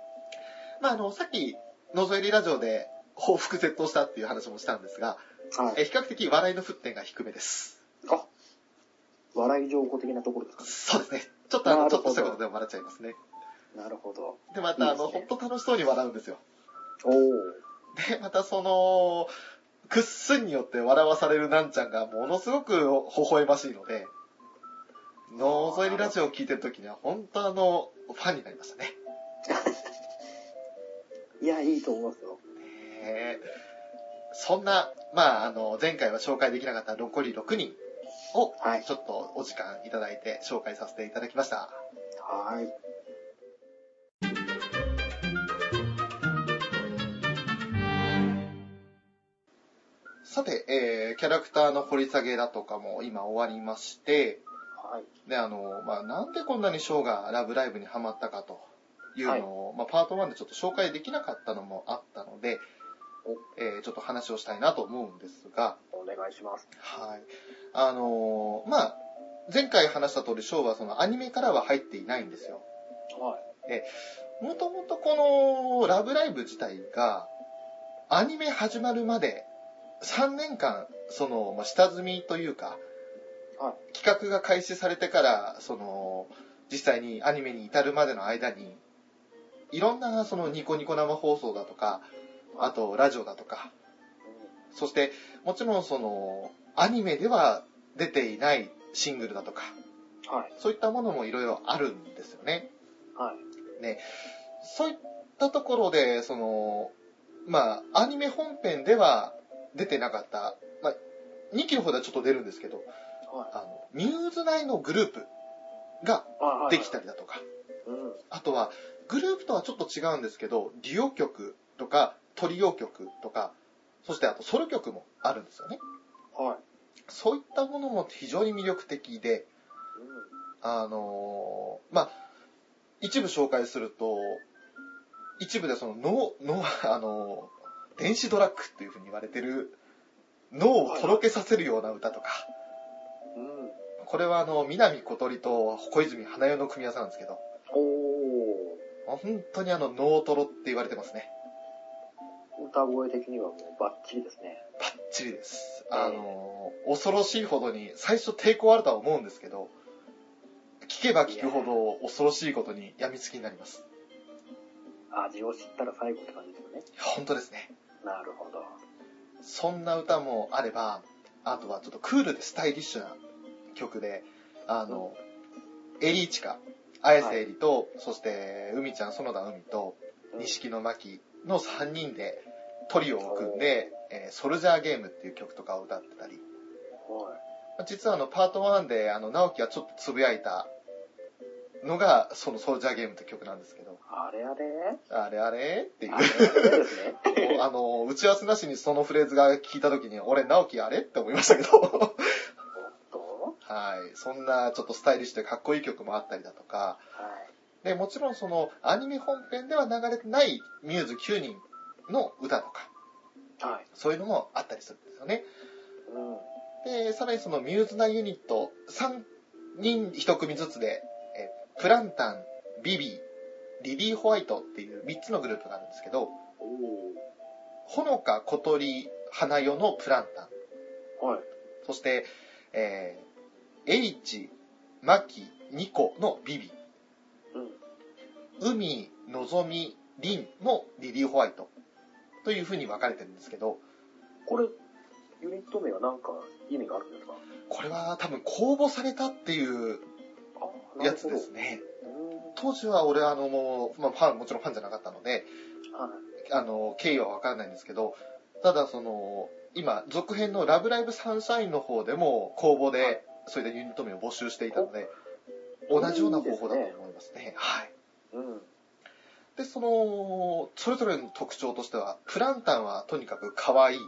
まあ、あの、さっき、のぞえりラジオで報復絶倒したっていう話もしたんですが、はい。え比較的笑いの沸点が低めです。あ、笑い情報的なところですかそうですね。ちょっとあなの、るちょっほどとしたことでも笑っちゃいますね。なるほど。で、また、あいの、いですねほんと楽しそうに笑うんですよ。おお。で、またその、くっすんによって笑わされるなんちゃんがものすごく微笑ましいので、のぞえりラジオを聞いてる時には本当あの、ファンになりましたね。いや、いいと思いますよ。えーそんな、まあ、あの、前回は紹介できなかった残り6人を、はい。ちょっとお時間いただいて紹介させていただきました。はい。さて、えーキャラクターの掘り下げだとかも今終わりまして、はい。で、あの、まあ、なんでこんなにショーがラブライブにハマったかというのを、まあ、パート1でちょっと紹介できなかったのもあったので、えーちょっと話をしたいなと思うんですが、お願いします。はい。あのーまあ、前回話した通り、ショーはそのアニメからは入っていないんですよ。はもともとこのラブライブ自体が、アニメ始まるまで3年間、その、まあ、下積みというか、は企画が開始されてから、その、実際にアニメに至るまでの間に、いろんなそのニコニコ生放送だとか、あとラジオだとか、そしてもちろんその、アニメでは出ていないシングルだとか、い。はい。そういったものもいろいろあるんですよね。はい。そういったところで、その、まあ、アニメ本編では出てなかった、まあ、2期の方ではちょっと出るんですけど、はあの、ミューズ内のグループがい。はい。できた。りだとか、うん。あとは、グループとはちょっと違うんですけど、デュオ曲とか、トリオ曲とか、そしてあとソロ曲もあるんですよね。はい。そういったものも非常に魅力的で、あのーまあ、一部紹介すると、一部でその脳、脳、 [laughs] あのー電子ドラッグっていう風に言われてる、脳をとろけさせるような歌とか、うん。うん。これはあの、南小鳥と小泉花代の組み合わせなんですけど、お本当にあの、脳トロって言われてますね。お。歌声的にはもうバッチリですね。バッチリです。あのー恐ろしいほどに、最初抵抗あるとは思うんですけど、聞けば聞くほど恐ろしいことに病みつきになります。味を知ったら最後って感じですよね。本当ですね。なるほど。そんな歌もあれば、あとはちょっとクールでスタイリッシュな曲で、あの、エリーチカ、綾瀬エリと、そして、海ちゃん、園田海と、うん錦野真紀の3人でトリオを組んで、えーソルジャーゲームっていう曲とかを歌ってたり、は実はあの、パート1で、あの、直樹がちょっとつぶやいたのが、そのソルジャーゲームって曲なんですけど、い。あ [laughs] れあれあれあれっていうあ。れあれですね。あの、打ち合わせなしにそのフレーズが聞いた時に、俺、直樹あれって思いましたけど。おっとはい。そんな、ちょっとスタイリッシュでかっこいい曲もあったりだとか、はい。で、もちろんその、アニメ本編では流れてないミューズ9人の歌とか、はい。そういうのもあったりするんですよね。うん。で、さらにそのミューズなユニット、3人1組ずつで、えプランタン、ビビー、リリー・ホワイトっていう3つのグループがあるんですけど、おほのか、小鳥、花代のプランタン。お。はい。そして、えー、エリチ、マキ、ニコのビビ、うん。海、のぞみ、リンのリリー・ホワイトという風に分かれてるんですけど、これ、ユニット名はなんか意味があるんですかこれは多分公募されたっていうあやつですね。うん。は当時は俺はあのもう、まあ、ファンもちろんファンじゃなかったのであの経緯は分からないんですけどただその今続編の「ラブライブサンシャイン」の方でも公募はでそれでユニット名を募集していたので同じような方法だと思いますね。はいい。うん。でそのそれぞれの特徴としてはプランタンはとにかく可愛い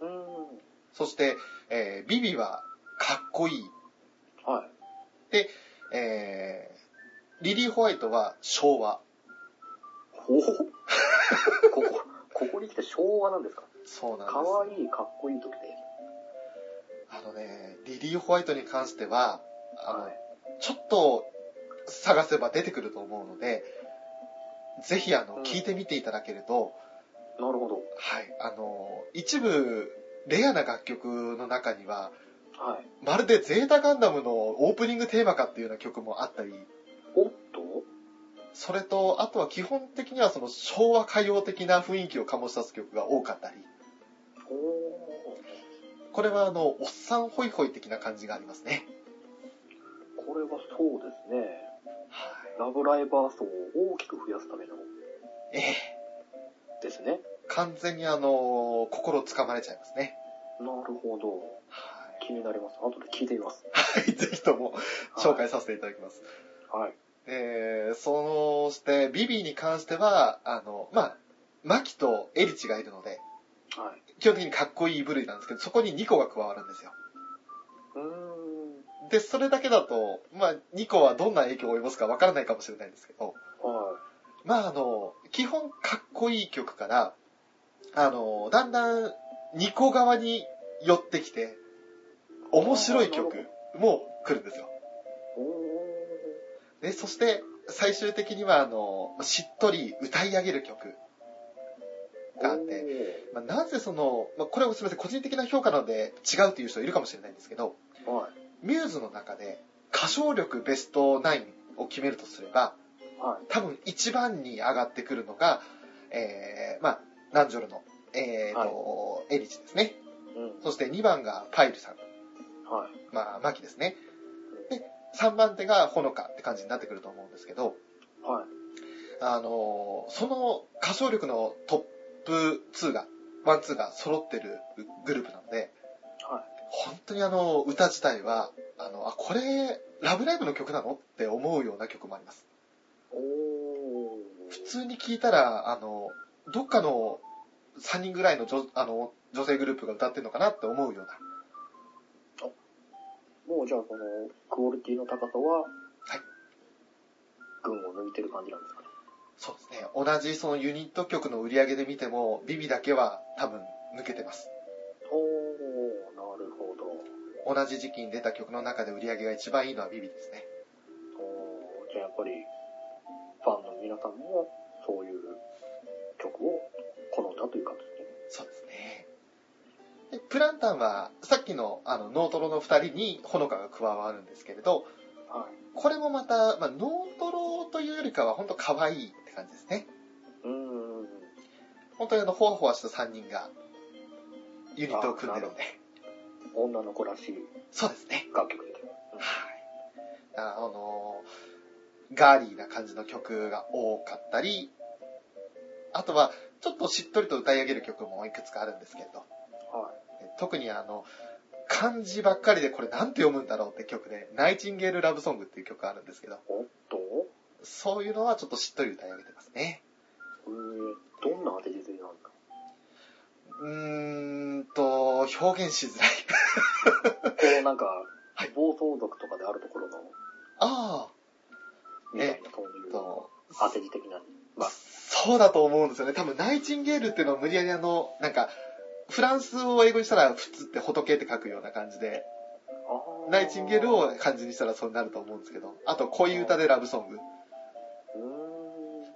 うん。そして、えービビはかっこいい、はい。えーリリー・ホワイトは昭和ほほここ、ここに来て昭和なんですかそうなんですかわいい、かっこいいときて。あのね、リリー・ホワイトに関しては、あの、はい。ちょっと探せば出てくると思うので、ぜひ、あの、うん聞いてみていただけると、なるほど。はい、あの、一部、レアな楽曲の中には、はい。まるでゼータガンダムのオープニングテーマかっていうような曲もあったり、おっとそれと、あとは基本的にはその昭和歌謡的な雰囲気を醸し出す曲が多かったり、おーこれはあの、おっさんホイホイ的な感じがありますね。これはそうですね。はラブライバー層を大きく増やすためのい。ええですね。完全にあの心をつかまれちゃいますね。なるほど。は気になります。後で聞いてみ [laughs] ます。い。 [laughs] ぜひとも紹介させていただきます。はい。えー、そのして、ビビーに関しては、あの、まあ、マキとエリチがいるので、はい。基本的にかっこいい部類なんですけど、そこに2個が加わるんですよ。うーん。で、それだけだと、まあ、2個はどんな影響を及ぼすかわからないかもしれないんですけど、はまあ、あの、基本かっこいい曲から、あの、だんだん2個側に寄ってきて、面白い曲も来るんですよ。い。おで、そして、最終的には、あの、しっとり歌い上げる曲ー。があって、まあ、なぜその、まあ、これはすみません、個人的な評価なので違うという人いるかもしれないんですけど、おーはミューズの中で歌唱力ベスト9を決めるとすれば、い。はい。多分一番に上がってくるのが、えー、まあ、ナンジョルの、えーと、エリチですね。うん。そして2番がパイルさん、はい。まあ、マキですね。で、3番手がほのかって感じになってくると思うんですけど、はい。あのーその歌唱力のトップ2が、ワンツーが揃ってるグループなので、はい。本当にあの、歌自体は、あの、あ、これ、ラブライブの曲なのって思うような曲もあります。おー。普通に聴いたら、あの、どっかの3人ぐらいの女あの女性グループが歌ってるのかなって思うような。もうじゃあこのクオリティの高さは、はい。群を抜いてる感じなんですかね。そうですね。同じそのユニット曲の売り上げで見ても、ビビだけは多分抜けてます。おー、なるほど。同じ時期に出た曲の中で売り上げが一番いいのはビビですね。おーじゃあやっぱり、ファンの皆さんも、そういう曲を好んだという感じですね。そうですね。でプランタンは、さっきのあのノートロの2人にほのかが加わるんですけれど、はい。これもまた、まあ、ノートロというよりかは、本当可愛いって感じですね。うーん。本当にあの、ほわほわした3人が、ユニットを組んでるので。女の子らしいそうですね。楽曲です。はい。あのーガーリーな感じの曲が多かったり、あとは、ちょっとしっとりと歌い上げる曲もいくつかあるんですけれど、は特にあの、漢字ばっかりでこれなんて読むんだろうって曲で、ナイチンゲールラブソングっていう曲があるんですけど、い。おっとそういうのはちょっとしっとり歌い上げてますね。えー、どんな当て字なんですかうーんと、表現しづらい。こうなんかはい、暴走族とかであるところの、あみたいな、そういあ、うと、当て字的な。まあ、そうだと思うんですよね。多分、ナイチンゲールっていうのは無理やりあの、なんか、フランスを英語にしたら、普通って仏って書くような感じで、あーナイチンゲールを漢字にしたらそうなると思うんですけど、あと、恋歌でラブソング。うーん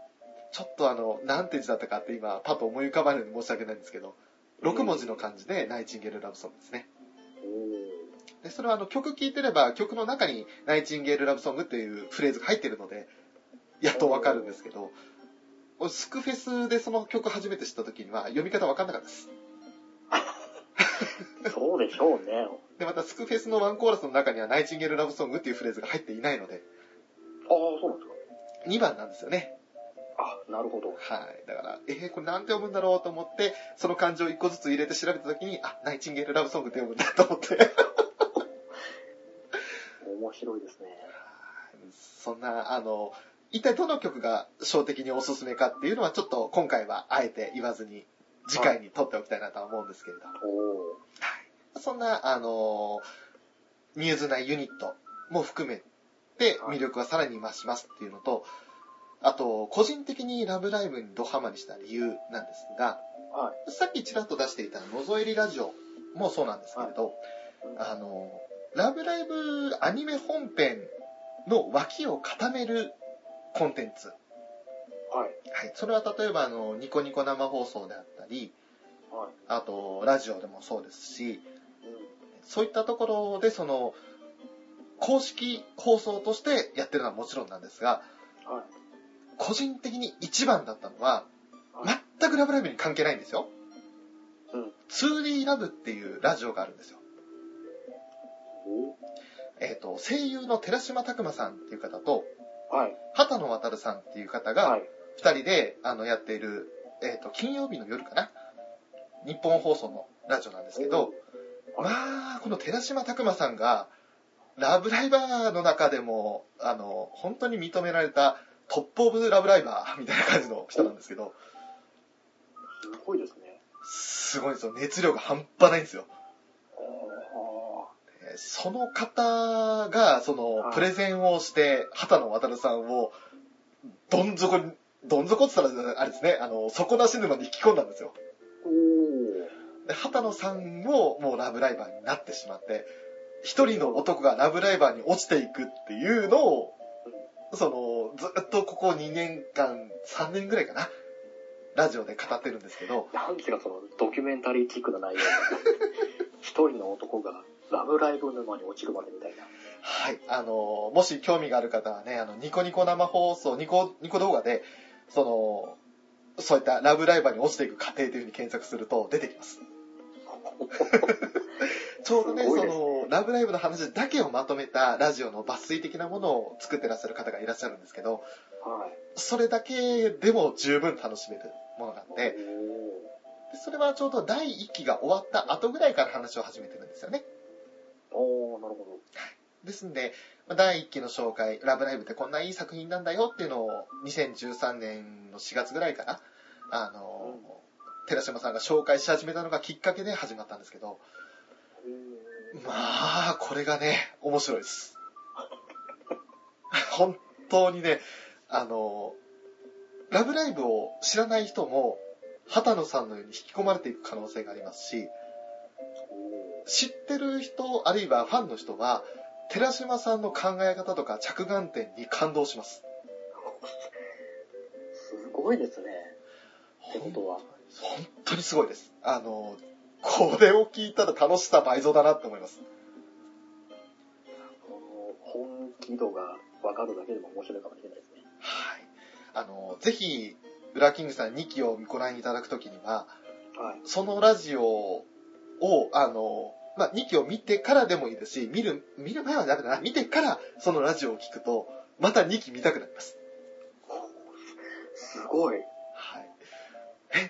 ちょっとあの、なんて字だったかって今、パッと思い浮かばないので申し訳ないんですけど、6文字の漢字でナイチンゲールラブソングですね。おで、それはあの、曲聴いてれば、曲の中にナイチンゲールラブソングっていうフレーズが入ってるので、やっとわかるんですけど、俺スクフェスでその曲初めて知った時には、読み方わかんなかったです。ーそうでしょうね。で、また、スクフェスのワンコーラスの中には、ナイチンゲールラブソングっていうフレーズが入っていないので、ああ、そうなんですか。 2番なんですよね。あ、なるほど。はい。だから、えー、これなんて読むんだろうと思って、その漢字を一個ずつ入れて調べたときに、あ、ナイチンゲールラブソングって読むんだと思って。 [laughs] 面白いですね。そんな、あの、一体どの曲が小的におすすめかっていうのはちょっと今回はあえて言わずに、次回に撮っておきたいなとは思うんですけれど。おーそんな、あの、ミューズ内ユニットも含めてはい魅力はさらに増しますっていうのと、あと、個人的にラブライブにドハマりした理由なんですが、はさっきちらっと出していたのぞえりラジオもそうなんですけれど、あの、ラブライブアニメ本編の脇を固めるコンテンツ。はい。はい。それは例えば、あの、ニコニコ生放送であったり、はい。あと、ラジオでもそうですし、うそういったところで、その、公式放送としてやってるのはもちろんなんですが、ん。はい。個人的に一番だったのははい、全くラブライブに関係ないんですよ。うん。 2D ラブっていうラジオがあるんですよ。おえっ、と、声優の寺島拓磨さんっていう方と、はい。畑野渉さんっていう方はが、い。二人で、あの、やっている、えっ、と、金曜日の夜かな日本放送のラジオなんですけど、おーまあ、この寺島拓磨さんが、ラブライバーの中でも、あの、本当に認められたトップオブラブライバーみたいな感じの人なんですけど、すごいですね。すごいんですよ。熱量が半端ないんですよ。あえーその方が、そのは、いプレゼンをして、畑野渡さんを、どん底に、どん底って言ったら、あれですね、あの、底なし沼に引き込んだんですよ。ーおで、畑野さんも、もうラブライバーになってしまって、一人の男がラブライバーに落ちていくっていうのを、その、ずっとここ2年間、3年ぐらいかな、ラジオで語ってるんですけど、ー。なんていうかそのドキュメンタリーチックな内容一人の男がラブライブの沼に落ちるまでみたいな。はい。あの、もし興味がある方はね、あの、ニコニコ生放送、ニコ、ニコ動画で、その、そういったラブライバーに落ちていく過程というふうに検索すると出てきます。ちょうどね、すごいそですねの、ラブライブの話だけをまとめたラジオの抜粋的なものを作ってらっしゃる方がいらっしゃるんですけど、はい。それだけでも十分楽しめるものがあって、でそれはちょうど第1期が終わった後ぐらいから話を始めてるんですよね。おーおーなるほですんで、まあ第1期の紹介、ラブライブってこんないい作品なんだよっていうのを、2013年の4月ぐらいかな、あの、うん寺島さんが紹介し始めたのがきっかけで始まったんですけど、ど。うまあ、これがね、面白いです。 [laughs] 本当にね、あの、ラブライブを知らない人も、畑野さんのように引き込まれていく可能性がありますし、知ってる人、あるいはファンの人は、寺島さんの考え方とか着眼点に感動します。すごいですね。ってほこん本とは。当にすごいです。あの、これを聞いたら楽しさ倍増だなって思います。この本気度が分かるだけでも面白いかもしれないですね。はい。あの、ぜひ、ウラキングさん2期をご覧いただくときには、はい。そのラジオを、あの、まあ、2期を見てからでもいいですし、見る、見る前はダメだな。見てからそのラジオを聞くと、また2期見たくなります。すごい。はい。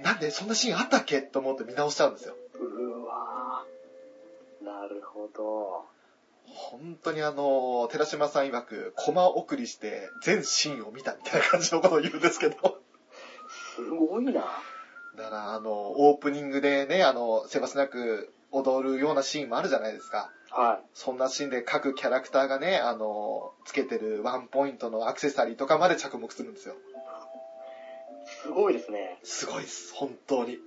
え、なんでそんなシーンあったっけと思って見直しちゃうんですよ。うわーなるほど。本当にあの、寺島さん曰く、コマ送りして全シーンを見たみたいな感じのことを言うんですけど。すごいな。だからあの、オープニングでね、あの、せばせなく踊るようなシーンもあるじゃないですか。はそんなシーンで各キャラクターがね、あの、つけてるワンポイントのアクセサリーとかまで着目するんですよ。い。すごいですね。すごいです、本当に。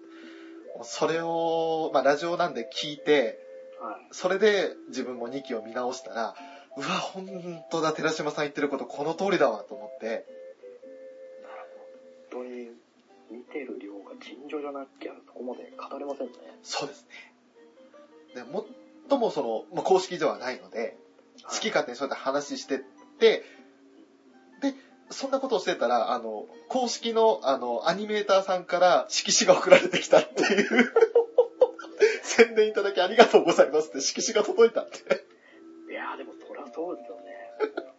それを、まあ、ラジオなんで聞いて、はい。それで自分も2期を見直したら、うわ、本当だ、寺島さん言ってることこの通りだわ、と思って。本当に見てる量が尋常じゃなきゃそこまで語れませんね。そうですね。で、もっともその、まあ、公式ではないので、好きか。勝手にそうやって話してって、で、そんなことをしてたら、あの、公式の、あの、アニメーターさんから色紙が送られてきたっていう、 [laughs] 宣伝いただきありがとうございますって色紙が届いたって。いやーでもそりゃそうですよ [laughs] ね。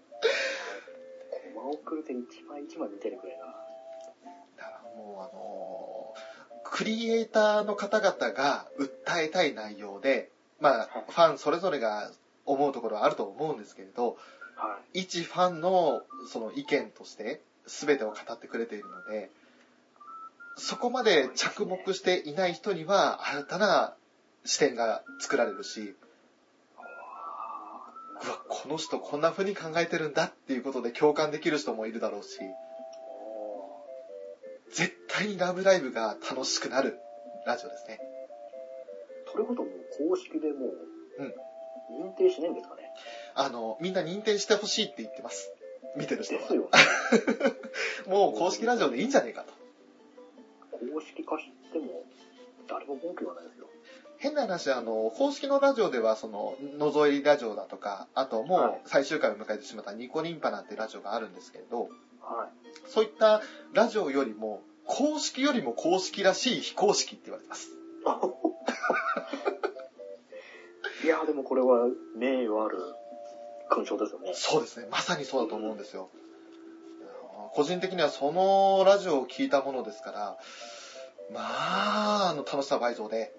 コマ送るで一枚一枚見てるくらいな。だからもうあのークリエイターの方々が訴えたい内容で、まあ、ファンそれぞれが思うところはあると思うんですけれど、はい。一ファンのその意見として全てを語ってくれているので、そこまで着目していない人には新たな視点が作られるし、うわ、この人こんな風に考えてるんだっていうことで共感できる人もいるだろうし、お絶対にラブライブが楽しくなるラジオですね。ーそれこそもう公式でもう、うん認定しないんですかね。あの、みんな認定してほしいって言ってます。見てるで人は。すよね。もう公式ラジオでいいんじゃねえかと。公式化しても、誰も文句言わないですよ。変な話、あの、公式のラジオでは、その、のぞいラジオだとか、あとはもいう最終回を迎えてしまったニコリンパなんてラジオがあるんですけれど、はい。そういったラジオよりも、公式よりも公式らしい非公式って言われてます。 [laughs] いやーでもこれは名誉ある勲章ですよね。そうですね。まさにそうだと思うんですよ。個人的にはそのラジオを聞いたものですから、まあ、あの、楽しさ倍増で。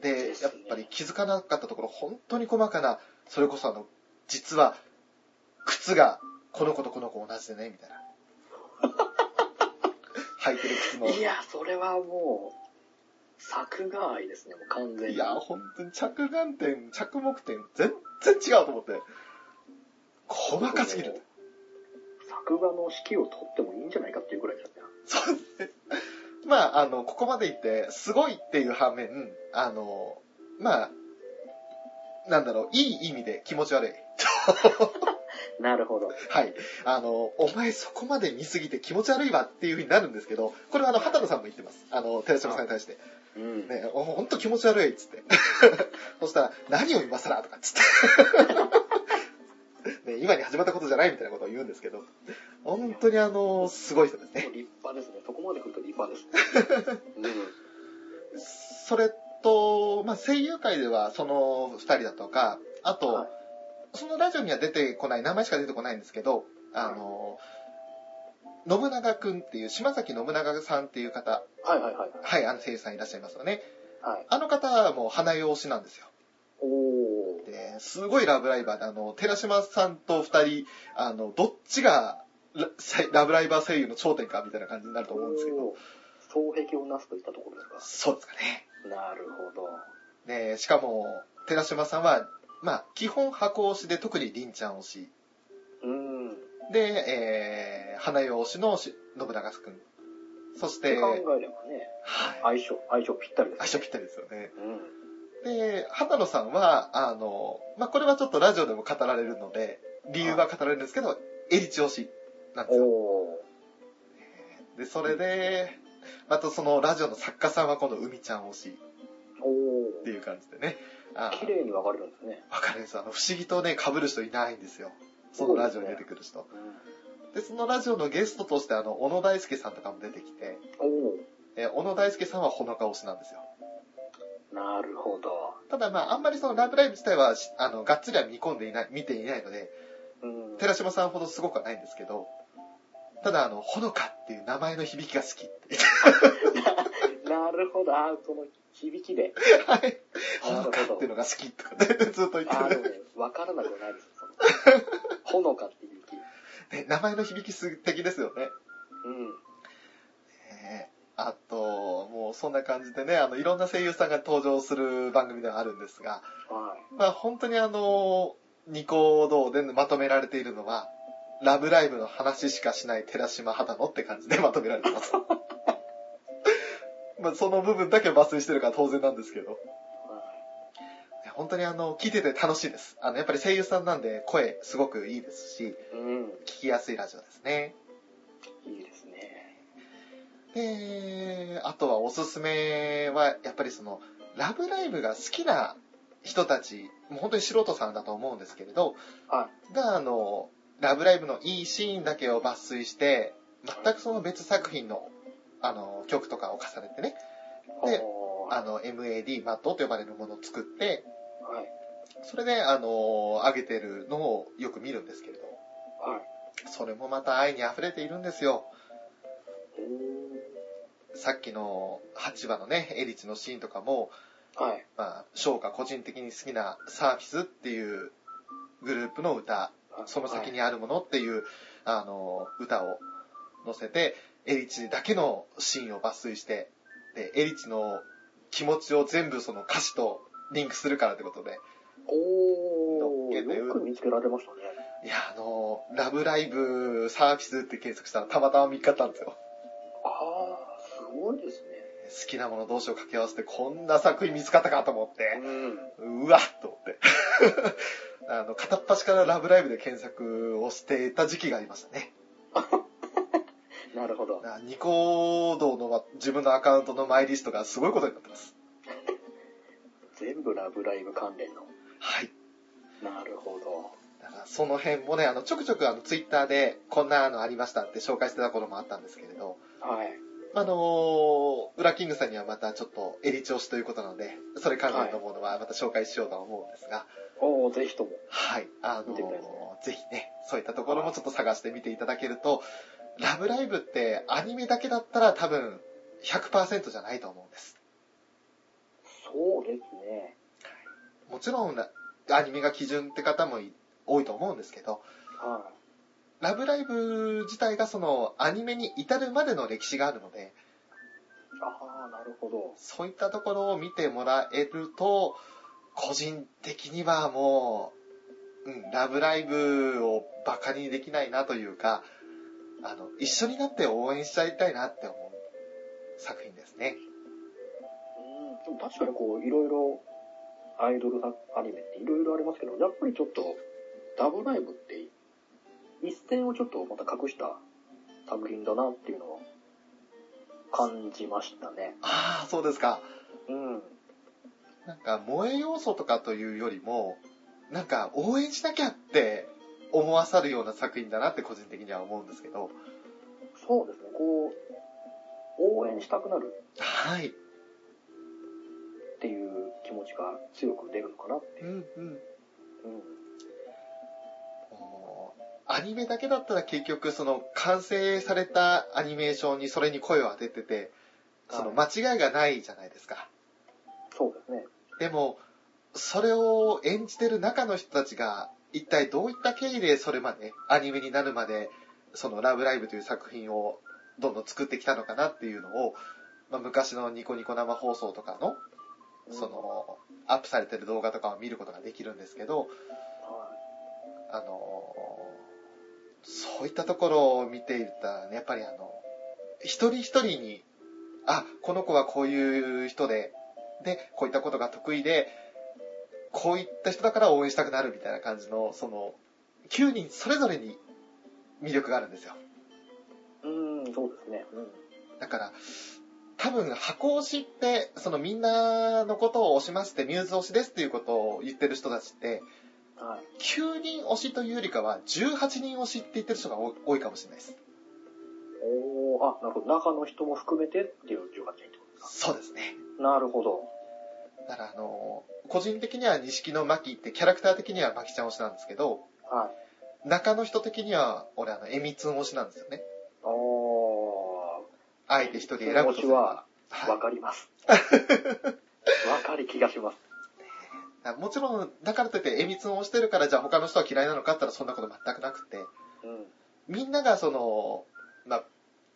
でで、すやねっぱり気づかなかったところ、本当に細かな、それこそあの、実は、靴が、この子とこの子同じでね、みたいな。履いてる靴の。いや、それはもう、作画愛ですね、もう完全に。いや、本当に着眼点、着目点、全然違うと思って。細かすぎる。作画の指揮を取ってもいいんじゃないかっていうぐらいだったよ。そうですね。まあ、あの、ここまで行って、すごいっていう反面、あの、まあ、なんだろう、いい意味で気持ち悪い。なるほど。はい。あの、お前そこまで見すぎて気持ち悪いわっていう風になるんですけど、これはあの、畑野さんも言ってます。あの、寺島さんに対して。うん。ね、おほんと気持ち悪いっつって。 [laughs] そしたら、何を今更とかっつって。 [laughs] ね、今に始まったことじゃないみたいなことを言うんですけど、本当にあの、すごい人ですね。もう立派ですね。そこまで来ると立派 [laughs] です。うそれと、まあ、声優界ではその2人だとか、あと、はいそのラジオには出てこない、名前しか出てこないんですけど、あの、信長くんっていう、島崎信長さんっていう方、ん。はいはいはい。はい、あの声優さんいらっしゃいますよね。はい。あの方はもう花用推しなんですよ。おお。で、すごいラブライバーで、あの、寺島さんと2人、あの、どっちがララブライバー声優の頂点かみたいな感じになると思うんですけど、おー。双璧をなすといったところですそうですかね。か。なるほど。で、しかも、寺島さんは、まあ、基本箱推しで特に凛ちゃん推し。うん。っで、えー、花代推しのし信長くん。そしてて、考はい。えればね、相性、相性ぴったりです、ね。相性ぴったりですよね。うん。で、畑野さんは、あの、まあ、これはちょっとラジオでも語られるので、理由は語られるんですけど、エリチ推しなんですよ。おお。で、それで、またそのラジオの作家さんは今度、海ちゃん推しおお。っていう感じでね。あー綺麗に分かれるんですね。わかるんですよ。あの、不思議とね、被る人いないんですよ。そのラジオに出てくる人。で、そのラジオのゲストとして、あの、小野大輔さんとかも出てきて、おお。えー小野大輔さんはほのか推しなんですよ。なるほど。ただまあ、あんまりそのラブライブ自体はし、あの、がっつりは見込んでいない、見ていないので、うん。寺島さんほどすごくはないんですけど、ただあの、ほのかっていう名前の響きが好きって。なるほど。あーその響きで。はい。ほのなるほどかっていうのが好きとかね、 [laughs] ずっと言あっーてでるも。ね、分からなくはない [laughs] です。そのほのかって響き。ね名前の響き素敵ですよね。うん。ねあと、もうそんな感じでね、あの、いろんな声優さんが登場する番組ではあるんですが、はい。まあ本当にあの、ニコ動でまとめられているのは、ラブライブの話しかしない寺島肌野って感じでまとめられてます。 [laughs] まあその部分だけ抜粋してるから当然なんですけど、は本当にあの、聞いてて楽しいです。あの、やっぱり声優さんなんで声すごくいいですし、い。う聞きやすいラジオですね。ん。いいですね。で、あとはおすすめは、やっぱりその、ラブライブが好きな人たち、もう本当に素人さんだと思うんですけれど、はが、あの、ラブライブのいいシーンだけを抜粋して、全くその別作品の、あの、曲とかを重ねてね、でおあの、MAD マットと呼ばれるものを作って、はい。それで、あの、上げてるのをよく見るんですけれど、はい。それもまた愛に溢れているんですよ。うさっきの8話のね、エリチのシーンとかも、ーん。はい。まあ、翔が個人的に好きなサーフィスっていうグループの歌、その先に。にあるものっていう、あの、歌を載せて、エリチだけのシーンを抜粋して、で、エリチの気持ちを全部その歌詞とリンクするからってことで、お乗っけー、てよく見つけられましたね。いや、あの、ラブライブサービスって検索したらたまたま見っかったんですよ。あー、すごいですね。好きなもの同士を掛け合わせてこんな作品見つかったかと思って、うん。うわっと思って。 [laughs] あの、片っ端からラブライブで検索をしてた時期がありましたね。なるほど。あニコ動のま自分のアカウントのマイリストがすごいことになってます。全部ラブライブ関連の。はい。なるほど。だからその辺もね、あの、ちょくちょくあの、ツイッターでこんなのありましたって紹介してた頃もあったんですけれど、はい。あのー、ウラキングさんにはまたちょっと襟調子ということなので、それ関連のものはまた紹介しようとは思うんですが、おー、ぜひとも。はい、あの見てみたいですー、ぜひね、そういったところもちょっと探してみていただけると、ラブライブってアニメだけだったら多分100%じゃないと思うんです。そうですね。もちろんな、アニメが基準って方もい多いと思うんですけど、はラブライブ自体がそのアニメに至るまでの歴史があるので、い。あー、なるほど。そういったところを見てもらえると、個人的にはもう、うん、ラブライブをバカにできないなというか、あの、一緒になって応援しちゃいたいなって思う作品ですね。うん。でも確かにこう、いろいろ、アイドル作アニメっていろいろありますけど、やっぱりちょっと、ラブライブって、一線をちょっとまた隠した作品だなっていうのは、感じましたね。ああ、そうですか。うん。なんか、萌え要素とかというよりも、なんか、応援しなきゃって思わさるような作品だなって個人的には思うんですけど、そうですね、こう、応援したくなるはい。っていう気持ちが強く出るのかなってういう。んうん。うん。もうアニメだけだったら結局その完成されたアニメーションにそれに声を当ててて、その間違いがないじゃないですか。そうですね。でも、それを演じてる中の人たちが一体どういった経緯でそれまで、アニメになるまで、そのラブライブという作品をどんどん作ってきたのかなっていうのを、まあ、昔のニコニコ生放送とかの、うんそ、の、アップされてる動画とかを見ることができるんですけど、はあのーそういったところを見ていたらね、やっぱりあの、一人一人に、あ、この子はこういう人で、で、こういったことが得意で、こういった人だから応援したくなるみたいな感じの、その、9人それぞれに魅力があるんですよ。い。うん、そうですね。うん。だから、多分箱推しって、そのみんなのことを推しますって、ミューズ推しですっていうことを言ってる人たちって、はい。 9人推しというよりかは、18人推しって言ってる人が多い多いかもしれないです。おー、あ、なるほど。中の人も含めてっていう18人ってことですそうですね。か。なるほど。だから、あの、個人的には錦の巻ってキャラクター的には巻ちゃん推しなんですけど、はい。中の人的には、俺、あの、えみつん推しなんですよね。おあえて一人選ぶとすれ推しはば。ー、わはかります。わかる気がします。い、もちろん、だからといって、えみつん推してるから、じゃあ他の人は嫌いなのかって言ったら、そんなこと全くなくて、うん。みんながその、まあ、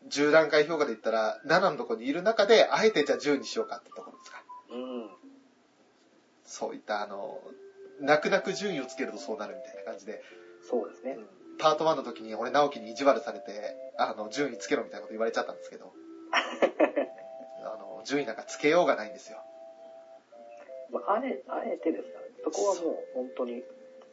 10段階評価で言ったら、7のとこにいる中で、あえてじゃあ10にしようかってところですか。うん。そういった、あの、泣く泣く順位をつけるとそうなるみたいな感じで、そうですね。パート1の時に俺直樹に意地悪されて、あの、順位つけろみたいなこと言われちゃったんですけど、あの、順位なんかつけようがないんですよ。まあ、あえあえてですからね。そこはもう本当に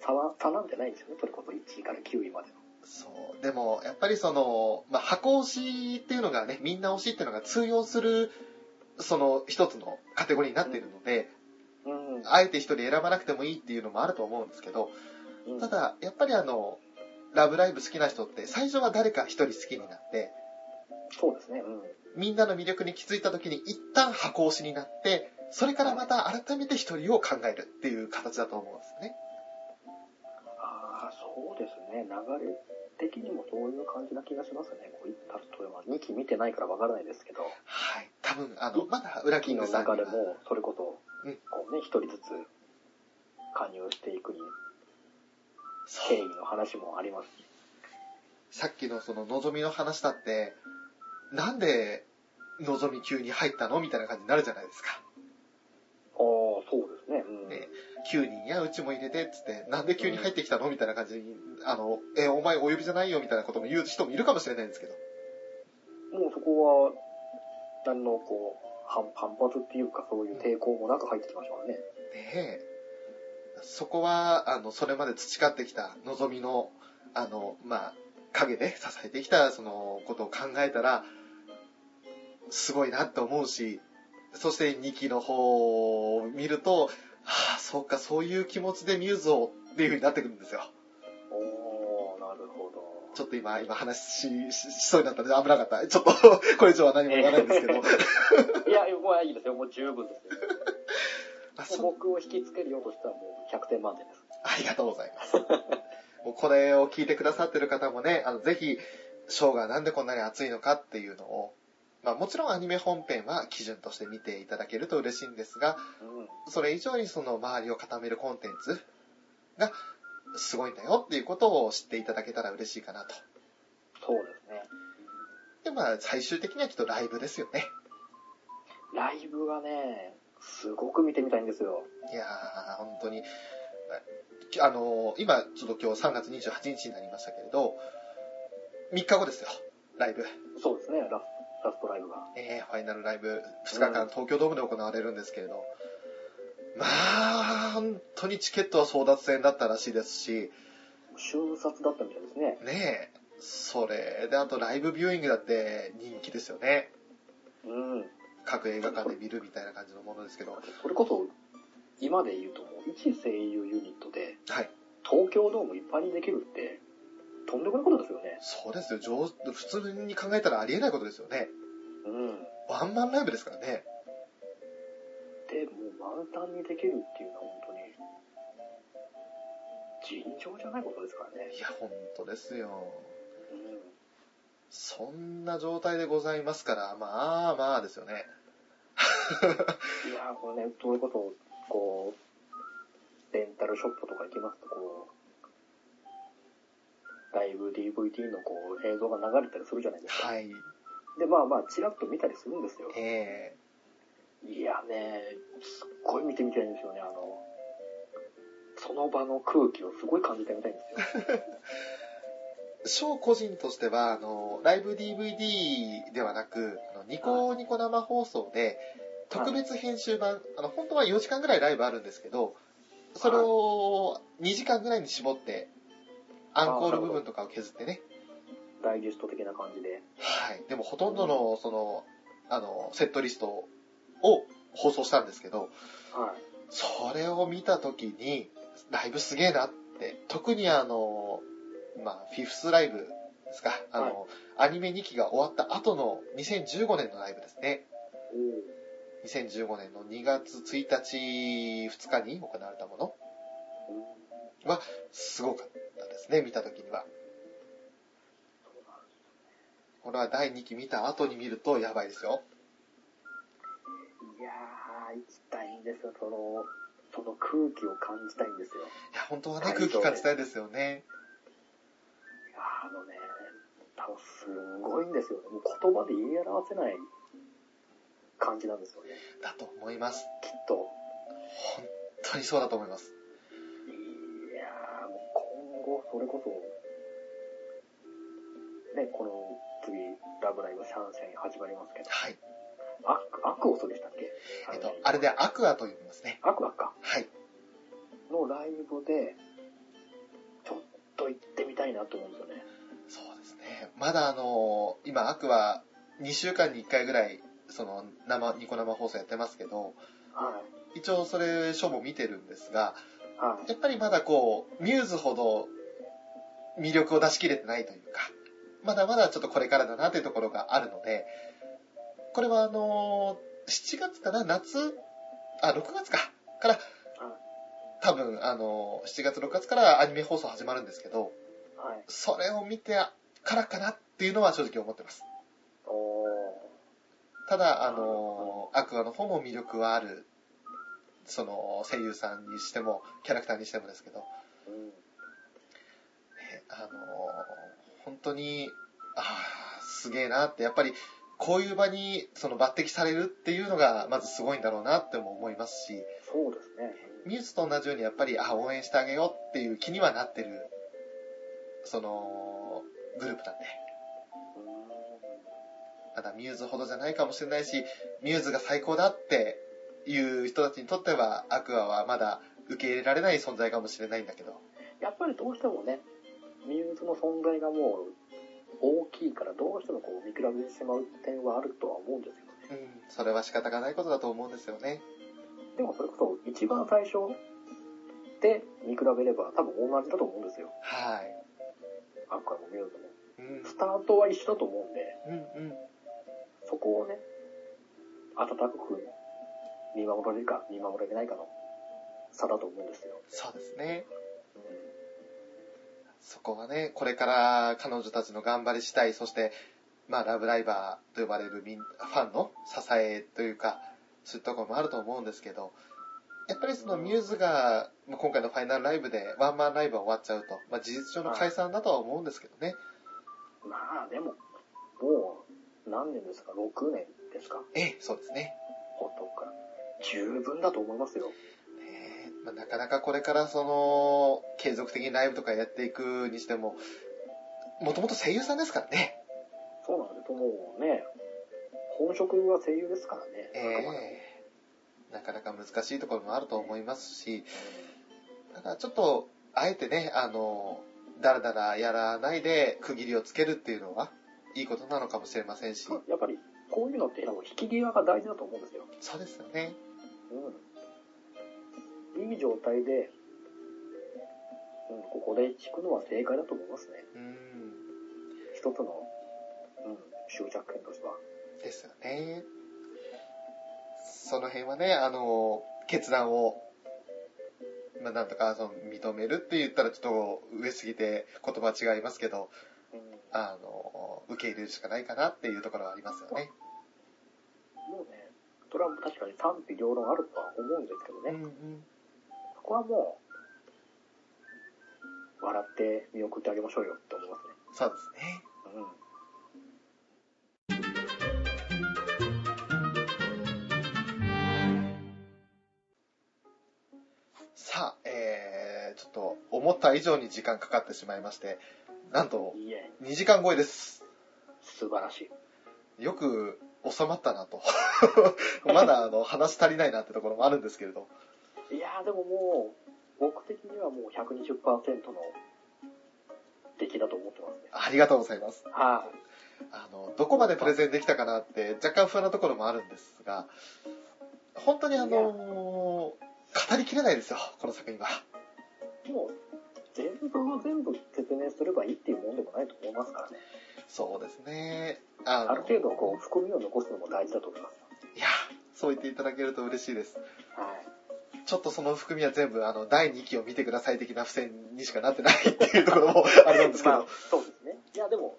差は、差なんてないんですよね。それこそ1位から9位までの。そう。でも、やっぱりその、まあ、箱推しっていうのがね、みんな推しっていうのが通用する、その一つのカテゴリーになっているので、うんあえて一人選ばなくてもいいっていうのもあると思うんですけど、た、だ、やっぱりあの、ラブライブ好きな人って最初は誰か一人好きになって、そうですね。うん。みんなの魅力に気づいた時に一旦箱推しになって、それからまた改めて一人を考えるっていう形だと思うんですね。ああ、そうですね。流れ的にもそういう感じな気がしますね。こういったとは2期見てないからわからないですけど、はい。多分、あの、まだ裏2期キンのグさんには中でも、それこそ、うんこうね、一人ずつ加入していくに、そ経緯う。の話もありますし。さっきのその、望みの話だって、なんで、望み急に入ったのみたいな感じになるじゃないですか。ああ、そうですね。うん。ね9人やうちも入れてっつって、なんで急に入ってきたのみたいな感じに、あの、え、お前お呼びじゃないよみたいなことも言う人もいるかもしれないんですけど。もうそこは、何のこう、反反発っていうか、そういう抵抗もなく入ってきましたからね。ねえ。そこは、あの、それまで培ってきた望みの、あの、まあ、陰で支えてきた、その、ことを考えたら、すごいなって思うし、そして2期の方を見ると、はあ、そうか、そういう気持ちでミューズをっていう風になってくるんですよ。おー、なるほど。ちょっと今、今話し、ししそうになったので危なかった。ちょっと、これ以上は何も言わないんですけど。いや、もういいですよ。もう十分ですよ。あ [laughs] もうそ僕を引きつけるようとしたらもう100点満点です。ありがとうございます。もうこれを聞いてくださってる方もね、あの、ぜひ、ショーがなんでこんなに熱いのかっていうのを、まあもちろんアニメ本編は基準として見ていただけると嬉しいんですが、うん。それ以上にその周りを固めるコンテンツがすごいんだよっていうことを知っていただけたら嬉しいかなと。そうですね。で、まあ最終的にはきっとライブですよね。ライブがね、すごく見てみたいんですよ。いやー、本当に、ああのー今、ちょっと今日3月28日になりましたけれど、3日後ですよ、ライブ。そうですね、ラスラストライブが。えー、ファイナルライブ、2日間東京ドームで行われるんですけれど、まあ、本当にチケットは争奪戦だったらしいですし、瞬殺だったみたいですね。ねえ、それで、あとライブビューイングだって人気ですよね。うん。各映画館で見るみたいな感じのものですけど、はい。それこそ、今で言うともう、一声優ユニットで、東京ドーム一般にできるって、とんでもないことですよね。そうですよ、上普通に考えたらありえないことですよね。うん。ワンマンライブですからね。で、もう満タンにできるっていうのは本当に、尋常じゃないことですからね。いや、本当ですよ。うん。そんな状態でございますから、まあまあですよね。いやーこれね、それこそ、こう、レンタルショップとか行きますと、こう、ライブ DVD のこう、映像が流れたりするじゃないですか。はい。で、まあまあ、ちらっと見たりするんですよ。えいやね、すっごい見てみたいんですよね、あの、その場の空気をすごい感じてみたいんですよ。 [laughs] ー、ショー個人としては、あの、ライブ DVD ではなく、あのニコニコ生放送で、特別編集版、あの、本当は4時間ぐらいライブあるんですけど、それを2時間ぐらいに絞って、アンコール部分とかを削ってね。ダイジェスト的な感じで。はい。でもほとんどの、その、あの、セットリストを放送したんですけど、はい。それを見た時に、ライブすげえなって、特にあの、まあ、フィフスライブですか、あの、アニメ2期が終わった後の2015年のライブですね。2015年の2月1日、2日に行われたもの、おーすごかったですね、見た時には。そうなんですこれは第2期見た後に見るとやばいですよ。いやー、行きたいんですよ、その、その空気を感じたいんですよ。いや、本当ははね、い空気感じたいですよね。あのね、多分すごいんですよね。もう言葉で言い表せない感じなんですよね。だと思います。きっと。本当にそうだと思います。いやー、もう今後、それこそ、ね、この次、ラブライブシャンシャイン始まりますけど、はい。アク、アクオスでしたっけえっと、あれでアクアと呼びますね。アクアか。はい。のライブで、ちょっと行ってみたいなと思うんですよね。そうですね。まだあのー今、アクは2週間に1回ぐらい、その、生、ニコ生放送やってますけど、はい。一応それ、ショーも見てるんですが、はい。やっぱりまだこう、ミューズほど魅力を出し切れてないというか、まだまだちょっとこれからだなというところがあるので、これはあのー7月かな夏あ6月かから多分あのー7月6月からアニメ放送始まるんですけどはい。それを見てからかなっていうのは正直思ってますおー。ただあのーアクアの方も魅力はあるその声優さんにしてもキャラクターにしてもですけどうん。ねあのー本当に、ああ、すげえなって、やっぱり、こういう場にその抜擢されるっていうのが、まずすごいんだろうなっても思いますし、そうですね。ミューズと同じように、やっぱり、あ応援してあげようっていう気にはなってる、その、グループなんで。ただ、ミューズほどじゃないかもしれないし、ミューズが最高だっていう人たちにとっては、アクアはまだ受け入れられない存在かもしれないんだけど、うんやっぱりどうしてもね、ミューズの存在がもう大きいから、どうしてもこう見比べてしまう点はあるとは思うんですけどね。うん、それは仕方がないことだと思うんですよね。でもそれこそ一番最初で見比べれば多分同じだと思うんですよ。はい。アクアもミューズも。うんスタートは一緒だと思うんで、うんうんそこをね、温かく見守られるか見守られないかの差だと思うんですよ。そうですね。うんそこはね、これから彼女たちの頑張り次第、そして、まあ、ラブライバーと呼ばれるみんファンの支えというか、そういったところもあると思うんですけど、やっぱりそのミューズが、まあ今回のファイナルライブでワンマンライブが終わっちゃうと、まあ、事実上の解散だとは思うんですけどね。まあでも、もう何年ですか ?6 年ですかええ、そうですね。ほっとくから。十分だと思いますよ。ねえまあ、なかなかこれからその、継続的にライブとかやっていくにしても、もともと声優さんですからね。そうなんですよ。もうね、本職は声優ですからね。あくまでええなかなか難しいところもあると思いますし、だからちょっと、あえてね、あの、だらだらやらないで区切りをつけるっていうのは、いいことなのかもしれませんし、そうやっぱり、こういうのって、引き際が大事だと思うんですよ。そうですよね。うん。いい状態で、うん、ここで引くのは正解だと思いますね。うん、一つの、うん、執着点としては。ですよね。その辺はね、あの、決断を、まあ、なんとか、その、認めるって言ったらちょっと上すぎて言葉は違いますけど、あの、受け入れるしかないかなっていうところはありますよね。もうね、それは確かに賛否両論あるとは思うんですけどね。んそこはもう、笑って見送ってあげましょうよって思いますね。そうですね。うん。さあ、えー、ちょっと思った以上に時間かかってしまいまして、なんといいえ、 2時間超えです。素晴らしい。よく収まったなと。 [laughs] まだあの話足りないなってところもあるんですけれど。いやーでももう、僕的にはもう120%の出来だと思ってますね。ありがとうございます。はあの、どこまでプレゼンできたかなって若干不安なところもあるんですが、本当にあのー語りきれないですよ、この作品は。い。もう、全部を全部説明すればいいっていうもんでもないと思いますからね。そうですね。あのある程度こう、含みを残すのも大事だと思います。いや、そう言っていただけると嬉しいです。はい。ちょっとその含みは全部、あの、第2期を見てください的な付箋にしかなってないっていうところもあれなんですけ [laughs] まあど、、そうですね。いや、でも、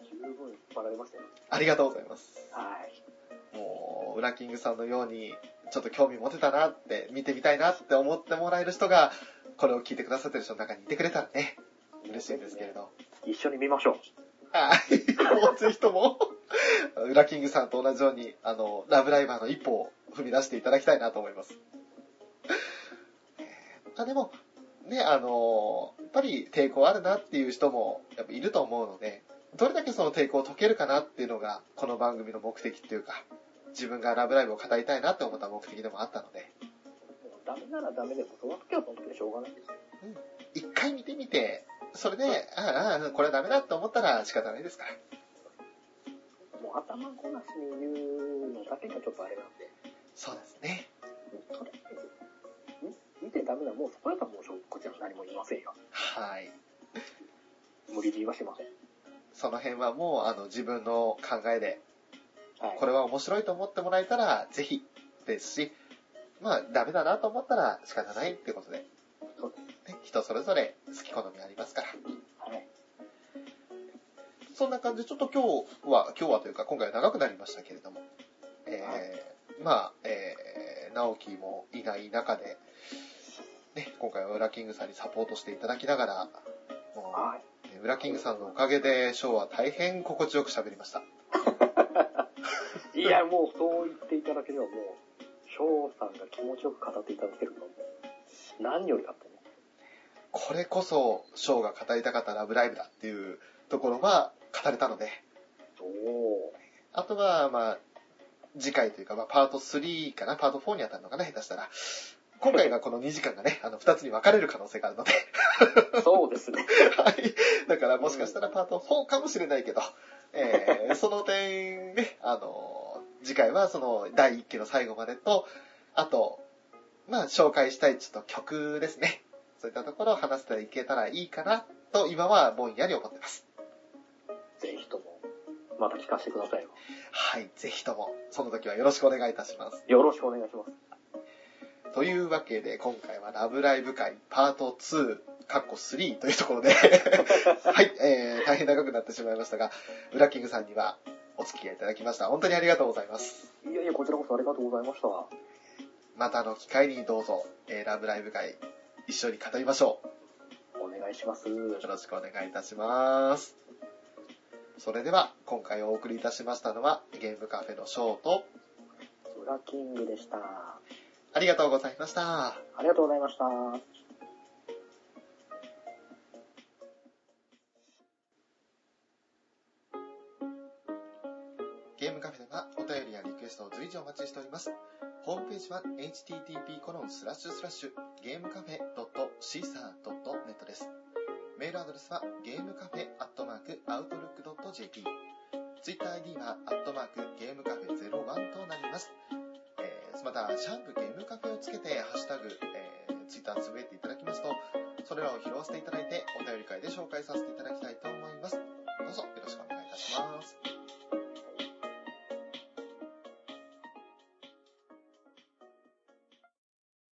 十分引っ張られましたよ。ありがとうございます。はい。もう、ウラキングさんのように、ちょっと興味持てたなって、見てみたいなって思ってもらえる人が、これを聞いてくださってる人の中にいてくれたらね、嬉しいんですけれど。一緒に見ましょう。はい。もうぜひとも、ウラキングさんと同じように、あの、ラブライバーの一歩を踏み出していただきたいなと思います。あでも、ね、あの、やっぱり抵抗あるなっていう人もやっぱいると思うので、どれだけその抵抗を解けるかなっていうのが、この番組の目的っていうか、自分がラブライブを語りたいなって思った目的でもあったので、もうダメならダメでも、その時はその時でしょうがないです。一回見てみて、それで、ああ、これはダメだって思ったら仕方ないですから。もう頭ごなしに言うのだけがちょっとあれなんで。そうですね。とりあえず、見てダメなもうそこやったらもうこちらは何も言いませんよ。はい。無理言いはしません。その辺はもうあの自分の考えではいこれは面白いと思ってもらえたら、ぜひですし、まあ、ダメだなと思ったら仕方ないってことで、ねそうで人それぞれ好き好みありますから。はい。そんな感じで、ちょっと今日は、今日はというか、今回は長くなりましたけれども、はえー、まあ、えー、直樹もいない中で、ね、今回はウラキングさんにサポートしていただきながら、もう、はい。ねウラキングさんのおかげで、ショーは大変心地よく喋りました。いや、もうそう言っていただければもう、翔さんが気持ちよく語っていただけるのはもう何よりだったね。これこそ、ショーが語りたかったラブライブだっていうところは語れたので、おー。あとは、まあ、次回というか、まあ、パート3かな、パート4に当たるのかな、下手したら。今回がこの2時間がね、あの、2つに分かれる可能性があるので、そうですね。 [laughs] はい。 [laughs] だから、もしかしたらパート4かもしれないけど、えー、その点ね、あの、次回はその第1期の最後までと、あと、まあ、紹介したいちょっと曲ですね。そういったところを話していけたらいいかな、と今はぼんやり思ってます。ぜひとも、また聞かせてくださいよ。はい。ぜひとも、その時はよろしくお願いいたします。よろしくお願いします。というわけで、今回はラブライブ会パート2、カッコ3というところで、はい、えー、大変長くなってしまいましたが、ウラキングさんにはお付き合いいただきました。本当にありがとうございます。いやいや、こちらこそありがとうございました。はまたの機会にどうぞ、えー、ラブライブ会一緒に語りましょお願いします。う。よろしくお願いいたします。それでは、今回お送りいたしましたのは、ゲームカフェのショーと、ウラキングでした。あありがとうございました。りがとうございました。ゲームカフェではお便りやリクエストを随時お待ちしております。ホームページは http:// ゲームカフェ .caesar.net です。メールアドレスはゲームカフェ .outlook.jp。ツイッター ID はゲームカフェ01となります。えーまた、シャープゲームカフェをつけて、ハッシュタグ、えー、ツイッターつぶやいていただきますと、それらを拾わせていただいて、お便り会で紹介させていただきたいと思います。どうぞ